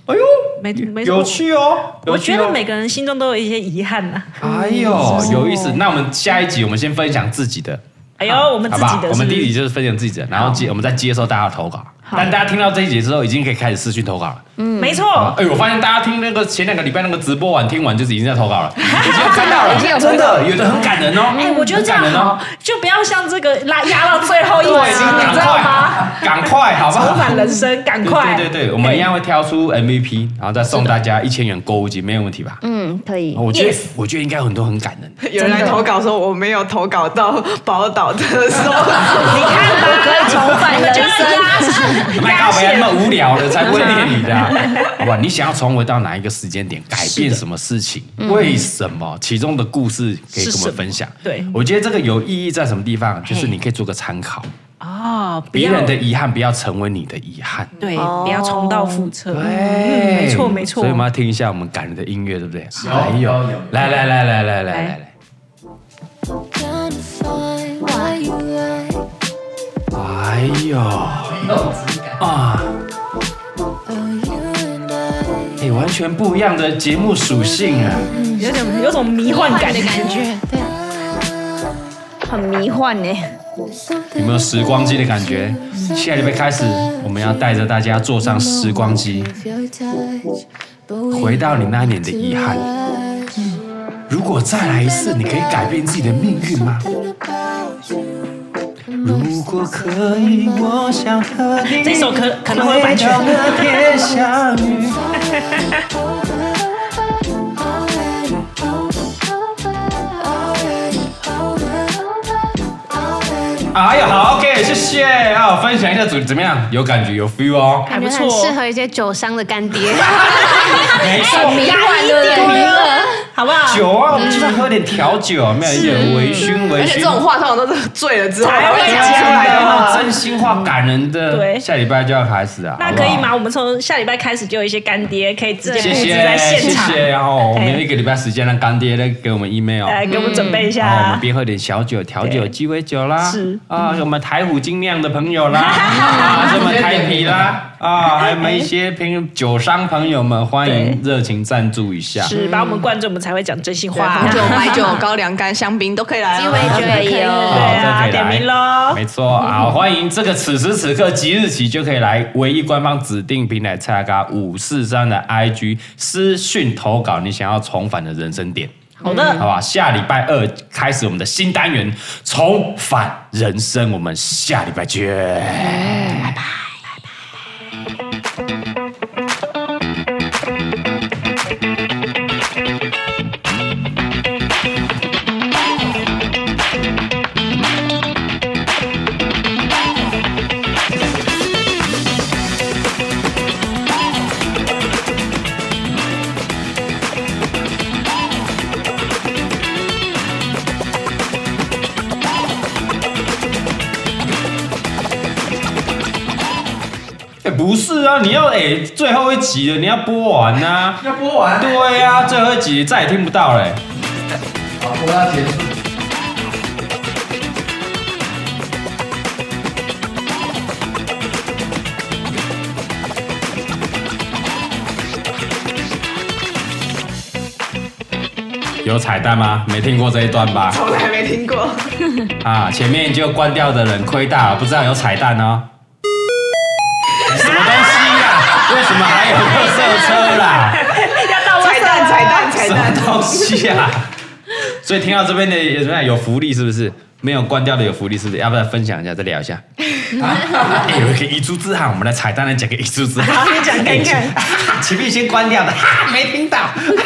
Speaker 1: 哎呦，
Speaker 3: 嗯没没错
Speaker 1: 有趣哦。
Speaker 3: 我
Speaker 1: 有趣
Speaker 3: 觉
Speaker 1: 哦
Speaker 3: 得每个人心中都有一些遗憾啊呐、
Speaker 1: 哎呦有意思。那我们下一集我们先分享自己的，
Speaker 3: 哎呦，我们自
Speaker 1: 好
Speaker 3: 己
Speaker 1: 不好？
Speaker 3: 的
Speaker 1: 我们第一集
Speaker 3: 集
Speaker 1: 就是分享自己的，然后接我们再接受大家的投稿。但大家听到这一集之后，已经可以开始私讯投稿了。
Speaker 3: 没错，
Speaker 1: 啊哎、我发现大家听那个前两个礼拜那个直播完，听完就是已经在投
Speaker 3: (laughs)
Speaker 1: 稿了，已经有看到了，真的有的很感人哦。
Speaker 3: 哎、我觉得这样
Speaker 1: 很感人哦
Speaker 3: 好，就不要像这个拉压到最后一
Speaker 1: 对，已
Speaker 3: 集，
Speaker 1: 经赶
Speaker 3: 啊你知道吗？
Speaker 1: 快，赶快，好不
Speaker 3: 重
Speaker 1: 好？
Speaker 3: 返人生，赶快！
Speaker 1: 对对对，我们一样会挑出 MVP，然后再送大家一千元购物金，没有问题吧？哦
Speaker 11: 嗯，可以。
Speaker 1: 我觉得，我觉得应该有很多很感
Speaker 3: (laughs)
Speaker 1: 人的。
Speaker 4: (laughs) 有人来投稿说我没有投稿到宝岛特 (laughs) 搜组，
Speaker 3: 你看吧，可以重
Speaker 11: 返人生
Speaker 1: 麦告白那么无聊的才不会念你的啊，好吧？你想要重回到哪一个时间点，改变什么事情？为什么？其中的故事可以跟我们分享。
Speaker 3: 嗯是什么对
Speaker 1: 我觉得这个有意义在什么地方？就是你可以做个参考，
Speaker 3: 哦，不
Speaker 1: 别
Speaker 3: 要
Speaker 1: 人的遗憾不要成为你的遗憾。
Speaker 3: 对，
Speaker 11: 哦
Speaker 3: 不要重蹈覆辙。嗯
Speaker 1: 哎
Speaker 3: 没错没错
Speaker 1: 所以我们要听一下我们感人的音乐，对不对？哎呦，来来来来来来来来，哎呦，啊，
Speaker 3: Oh,
Speaker 1: 哎，完全不一样的节目属性啊！
Speaker 3: 有点有种迷幻感的感觉。
Speaker 11: 很迷幻呢、
Speaker 1: 有没有时光机的感觉？下礼拜开始，我们要带着大家坐上时光机，回到你那年的遗憾。如果再来一次，你可以改变自己的命运吗？如果可以，我想和你
Speaker 3: 这首可可能会有版权
Speaker 1: 回到那天相遇。哎呀，好，OK，谢谢啊！分享一下怎怎么样？有感觉，有 feel 哦。
Speaker 3: 还不错
Speaker 6: 很适合一些酒商的干爹。
Speaker 1: 没错，
Speaker 11: 迷幻对不对？
Speaker 3: 啊好不好？
Speaker 1: 酒啊，我们经常喝点调酒，有没有一点微醺微
Speaker 4: 而且这种
Speaker 1: 醺。
Speaker 4: 话通常都是醉了之后
Speaker 3: 才
Speaker 4: 才
Speaker 3: 会
Speaker 4: 会
Speaker 3: 讲
Speaker 4: 讲
Speaker 3: 出
Speaker 4: 出
Speaker 3: 来
Speaker 4: 来
Speaker 3: 的
Speaker 4: 的
Speaker 1: 那
Speaker 4: 嘛。
Speaker 1: 真心话感人的，
Speaker 3: 对
Speaker 1: 下礼拜就要开始啊，
Speaker 3: 那
Speaker 1: 好不
Speaker 3: 可
Speaker 1: 好
Speaker 3: 以？吗？我们从下礼拜开始就有一些干爹可以直接
Speaker 1: 谢
Speaker 3: 布置
Speaker 1: 谢
Speaker 3: 在现
Speaker 1: 谢
Speaker 3: 场，
Speaker 1: 谢，然后我
Speaker 3: 哎
Speaker 1: 们一个礼拜时间让干爹来给我们 email，
Speaker 3: 来呃哎给我们准备一
Speaker 1: 然后我
Speaker 3: 下
Speaker 1: 们。边喝点小酒、调酒、
Speaker 3: 对
Speaker 1: 鸡尾酒啦，
Speaker 3: 是
Speaker 1: 啊，我们台虎精酿的朋友
Speaker 3: (laughs)
Speaker 1: 啦，啊，什么台啤啦，啊，还有我们一些朋酒商朋友们，欢迎热情赞助一下。
Speaker 3: 是把我们灌醉，我们才会讲真心话。
Speaker 4: 红酒、白酒、高粱干、香槟都可以来
Speaker 6: 鸡
Speaker 4: 哦。
Speaker 6: 尾酒也有，
Speaker 3: 对啊，
Speaker 1: 这可以
Speaker 3: 点
Speaker 1: 来
Speaker 3: 名喽。
Speaker 1: 没错，好，欢迎这个此时此刻即日起就可以来唯一官方指定平台蔡嘎五四三的 IG 私讯投稿你想要重返的人生点，
Speaker 3: 好
Speaker 1: 嗯好
Speaker 3: 的，
Speaker 1: 吧？下礼拜二开始我们的新单元重返人生，我们下礼拜见。
Speaker 13: 哎、不是啊，你要哎、最后一集了，你要播完啊呐、
Speaker 1: (laughs)
Speaker 14: 要播完，
Speaker 13: 对呀、
Speaker 1: 啊
Speaker 13: 最后一集再也听不到嘞、
Speaker 14: 好，播到结束。
Speaker 1: 有彩蛋吗？没听过这一段吧？
Speaker 12: 从来没听过。
Speaker 1: 啊，前面就关掉的人亏大了，不知道有彩
Speaker 13: (laughs)
Speaker 1: 蛋哦。什么东西呀、为什么还有垃圾车啦？
Speaker 12: 彩蛋，彩蛋，彩
Speaker 1: 什么
Speaker 12: 蛋！
Speaker 1: 东西啊呀、所以听到这边的有什么有福利是不是？没有关掉的有福利是不是？要不要分享一下？再聊一下。啊哎有一个遗珠之憾，我们来彩蛋来讲个遗珠之憾。 (laughs)
Speaker 3: 你讲看看
Speaker 1: 哎前面先关掉的，哈没听到。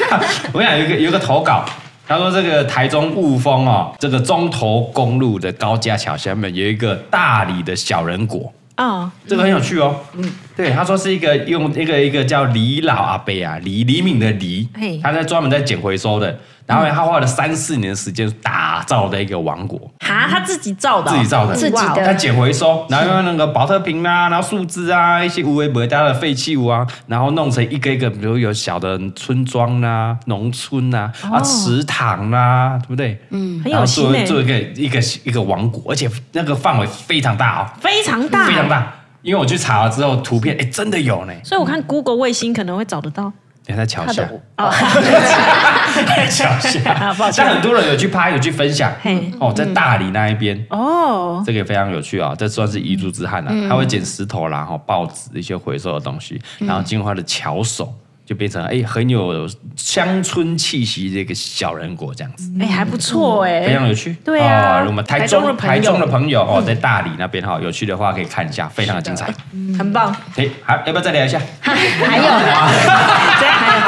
Speaker 1: (laughs) 我想有一个有一个投稿。他说：“这个台中雾峰哦，这个中投公路的高架桥下面有一个大理的小人国，
Speaker 3: 啊，
Speaker 1: 这个很有趣哦。嗯，对，他说是一个用一个一个叫李老阿伯啊，李李敏的李
Speaker 3: 嘿，
Speaker 1: 他在专门在捡回收的，然后他花了三四年的时间打造的一个王国，
Speaker 3: 哈，他自己造的哦，
Speaker 1: 自己造的，
Speaker 11: 自己的
Speaker 1: 他捡回收，然后用那个保特瓶啊，然后树枝啊，一些无为不大的废弃物啊，然后弄成一个一个，比如有小的村庄啦、农村啦、啊、池塘啦、对不对？嗯，
Speaker 3: 很
Speaker 1: 然
Speaker 3: 有
Speaker 1: 后
Speaker 3: 心
Speaker 1: 做
Speaker 3: 欸
Speaker 1: 做一个一个一个王国，而且那个范围非常大哦。
Speaker 3: 非常大，
Speaker 1: 非常。大。因为我去查了之后，图片哎、真的有呢，
Speaker 3: 所以我看 Google 卫星可能会找得到。
Speaker 1: 等一下再瞧一下，
Speaker 3: 哦，
Speaker 1: (laughs) 瞧一
Speaker 3: (laughs) 啊
Speaker 1: 下
Speaker 3: 抱。歉
Speaker 1: 但很多人有去拍，有去分享
Speaker 3: 嘿。
Speaker 1: 哦，在大理那一边，
Speaker 3: 哦，
Speaker 1: 这个也非常有趣啊、这算是遗珠之憾了、
Speaker 3: 嗯
Speaker 1: 他会捡石头啦，然后报纸一些回收的东西，然后进化的巧手。就变成哎、很有乡村气息的一个小人国这样子，
Speaker 3: 哎，还不错
Speaker 1: 非
Speaker 3: 哎，
Speaker 1: 常有趣。
Speaker 3: 对啊
Speaker 1: 哦我们台
Speaker 3: 台中的
Speaker 1: 中
Speaker 3: 朋友嗯
Speaker 1: 台中的朋友哦，在大理那边哈、有趣的话可以看一下，非常的精彩。
Speaker 3: 嗯很棒。
Speaker 1: 哎，还要不要再聊一下？
Speaker 6: 还有
Speaker 3: 哎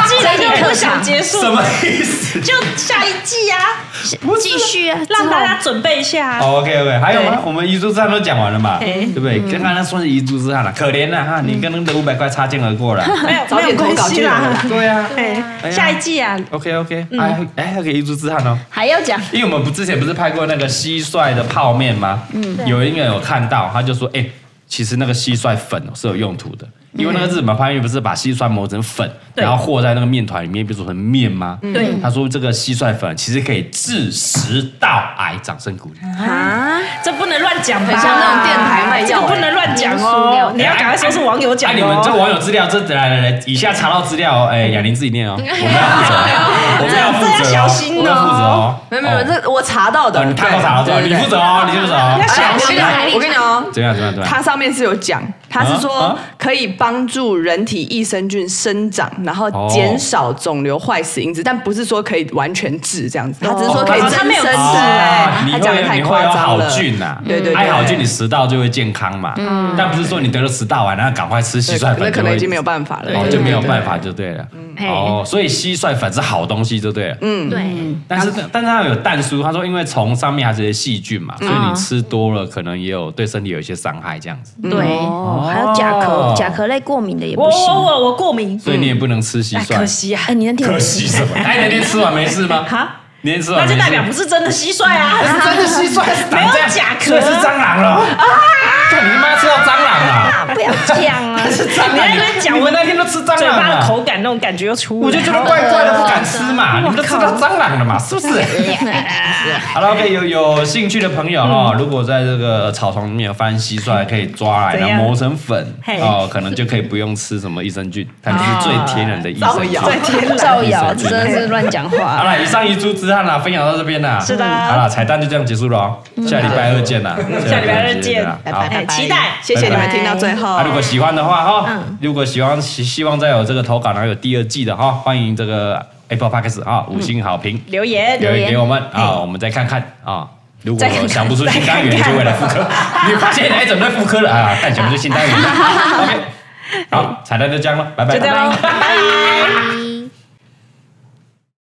Speaker 3: 既然就不想结束，
Speaker 1: 什么意思？
Speaker 3: 就下一季啊，
Speaker 6: 继续啊，
Speaker 3: 让大家准备一下啊。
Speaker 1: OK OK，还有哦吗
Speaker 3: 对？
Speaker 1: 我们遗珠之憾都讲完了嘛，
Speaker 3: 哎
Speaker 1: 对不对？刚刚那算是遗珠之憾了，可怜了啊哈，
Speaker 3: 嗯
Speaker 1: 你跟那个五百块擦肩而
Speaker 3: (laughs)
Speaker 1: 过了。
Speaker 3: 没有
Speaker 4: 早
Speaker 3: 没有
Speaker 4: 点投
Speaker 3: 关
Speaker 4: 稿
Speaker 3: 系
Speaker 4: 就有
Speaker 3: 啦
Speaker 4: 了。。
Speaker 1: 对呀
Speaker 3: 哎，
Speaker 1: 呀
Speaker 3: 下一季啊，
Speaker 1: ，OK OK，哎哎，还有个遗珠之憾哦，
Speaker 11: 还要讲
Speaker 1: 因为我们不之前不是拍过那个蟋蟀的泡面吗？嗯，有一个人有看到，他就说，哎，其实那个蟋蟀粉哦是有用途的。因为那个日本泡面不是把蟋蟀磨成粉，
Speaker 3: 嗯对嗯
Speaker 1: 然后和在那个面团里面，变做成面吗？
Speaker 3: 对
Speaker 1: 他说这个蟋蟀粉其实可以治食道癌，掌声鼓励。
Speaker 3: 啊，这不能乱讲吧？
Speaker 4: 很像那种电台卖
Speaker 3: 这
Speaker 4: 药
Speaker 3: 个不能乱讲哦，你要赶快说是网友讲
Speaker 1: 哎，你们这
Speaker 3: 哦。
Speaker 1: 网友资料，这来来来，以下查到资料哦，哎，雅玲自己
Speaker 4: (laughs)
Speaker 1: 念哦，我们要负责，我们要负
Speaker 3: 这
Speaker 1: 责
Speaker 3: 要
Speaker 1: 哦，
Speaker 3: 小心哦
Speaker 1: 我们要负责哦，
Speaker 4: 哎没有没有，
Speaker 1: 哦
Speaker 4: 这我查到的
Speaker 1: 哦，你，他都查到资料，
Speaker 4: 对
Speaker 1: 你负责。哦，你负责哦
Speaker 3: 要，
Speaker 4: 对对
Speaker 3: 小
Speaker 4: 哎我跟
Speaker 3: 心
Speaker 4: 你
Speaker 3: 啊！
Speaker 4: 讲我跟你讲哦，
Speaker 1: 怎么样怎么样怎么样？
Speaker 4: 它上面是有讲，它是
Speaker 1: 啊
Speaker 4: 说
Speaker 1: 啊
Speaker 4: 可以帮助人体益生菌生长，然后
Speaker 1: 哦
Speaker 4: 减少肿瘤坏死因子，但不是说可以完全治这样子，它只是说可以
Speaker 1: 哦
Speaker 4: 增
Speaker 1: 它
Speaker 3: 没有
Speaker 4: 生
Speaker 3: 治
Speaker 4: 之
Speaker 1: 哦
Speaker 4: 类。
Speaker 1: 你
Speaker 4: 它讲的
Speaker 1: 会
Speaker 4: 太
Speaker 1: 你
Speaker 4: 夸
Speaker 1: 会有
Speaker 4: 张
Speaker 1: 好
Speaker 4: 了。
Speaker 1: 菌呐，
Speaker 4: 对对对
Speaker 1: 爱好菌，你食道就会健康嘛，但不是说你得了食道癌，然后赶快吃蟋
Speaker 4: 对
Speaker 1: 蟀
Speaker 4: 那
Speaker 1: 粉，
Speaker 4: 可能已经没有嗯办法了。
Speaker 1: 哦，就没有办法就对了，哦，所以蟋蟀粉是好东西就对了，嗯。
Speaker 6: 对，
Speaker 1: 但是但是它有蛋叔，他说因为虫
Speaker 3: 嗯
Speaker 1: 上面还是有些细菌嘛，所以你吃多了可能也有对身体有一些伤害这样子。
Speaker 6: 对，
Speaker 1: 哦
Speaker 11: 哦，还有甲壳甲壳类过敏的也
Speaker 3: 我
Speaker 11: 不行。
Speaker 3: 我我我过敏，
Speaker 1: 所以你也不能吃蟋
Speaker 3: 哎
Speaker 1: 蟀。
Speaker 3: 可惜啊，
Speaker 11: 哎，你那天
Speaker 1: 可惜什么？ (laughs) 哎，那天吃完没事吗？
Speaker 3: 哈，
Speaker 1: 那天吃完
Speaker 3: 那
Speaker 1: 没
Speaker 3: 就
Speaker 1: 事
Speaker 3: 代表不是真的蟋蟀啊，
Speaker 1: 真的蟋蟀是 (laughs)
Speaker 3: 没
Speaker 1: 长
Speaker 3: 有
Speaker 1: 这样
Speaker 3: 甲壳
Speaker 1: 所
Speaker 3: 啊
Speaker 1: 以是蟑螂了。看你妈吃到蟑螂了，
Speaker 11: 不要讲啊！
Speaker 1: 是蟑
Speaker 3: 你
Speaker 1: 螂。
Speaker 3: 在 (laughs) 那边
Speaker 1: (laughs)
Speaker 3: 讲
Speaker 1: 你们那天都吃蟑
Speaker 3: 嘴
Speaker 1: 螂
Speaker 3: 巴的
Speaker 1: 了，
Speaker 3: 口感那种感觉又出来了，
Speaker 1: 我就觉得怪怪的，不敢吃嘛。你们都吃到蟑螂了嘛，是不是？好了，OK，有有兴趣的朋友哈，
Speaker 3: 嗯
Speaker 1: 如果在这个草丛里面有发现蟋蟀，可以抓来，
Speaker 3: 怎
Speaker 1: 然
Speaker 3: 样
Speaker 1: 后磨成粉
Speaker 3: 嘿
Speaker 1: 哦，可能就可以不用吃什么益生菌，它就是最天然的益
Speaker 3: (laughs)
Speaker 1: 生菌。
Speaker 11: 造谣真的是乱讲
Speaker 1: (laughs) 好
Speaker 11: 话。
Speaker 1: 了，以上一株之汉啦，分享到这边啦。是
Speaker 3: 的嗯
Speaker 1: 好了，彩蛋就这样结束了哦，下礼拜二见啦，
Speaker 3: 下礼拜二见
Speaker 1: 啦，好
Speaker 3: 哎，期待。
Speaker 4: 谢谢你们听到最后
Speaker 1: 啊，。如果喜欢的话哈，
Speaker 3: 嗯
Speaker 1: 如果喜欢希希望再有这个投稿，然后有第二季的哈，欢迎这个 Apple Podcast 啊五星好评
Speaker 3: 留言，
Speaker 1: 留言
Speaker 11: 言
Speaker 1: 给我们啊，我们再看看啊。如果
Speaker 3: 再看看
Speaker 1: 想不出新单元，就会来复刻。你发现哎，怎么在复刻了啊？看想不出新单元。OK，好，彩蛋就这样了，拜拜。
Speaker 3: 就这样咯，拜拜。
Speaker 6: 拜。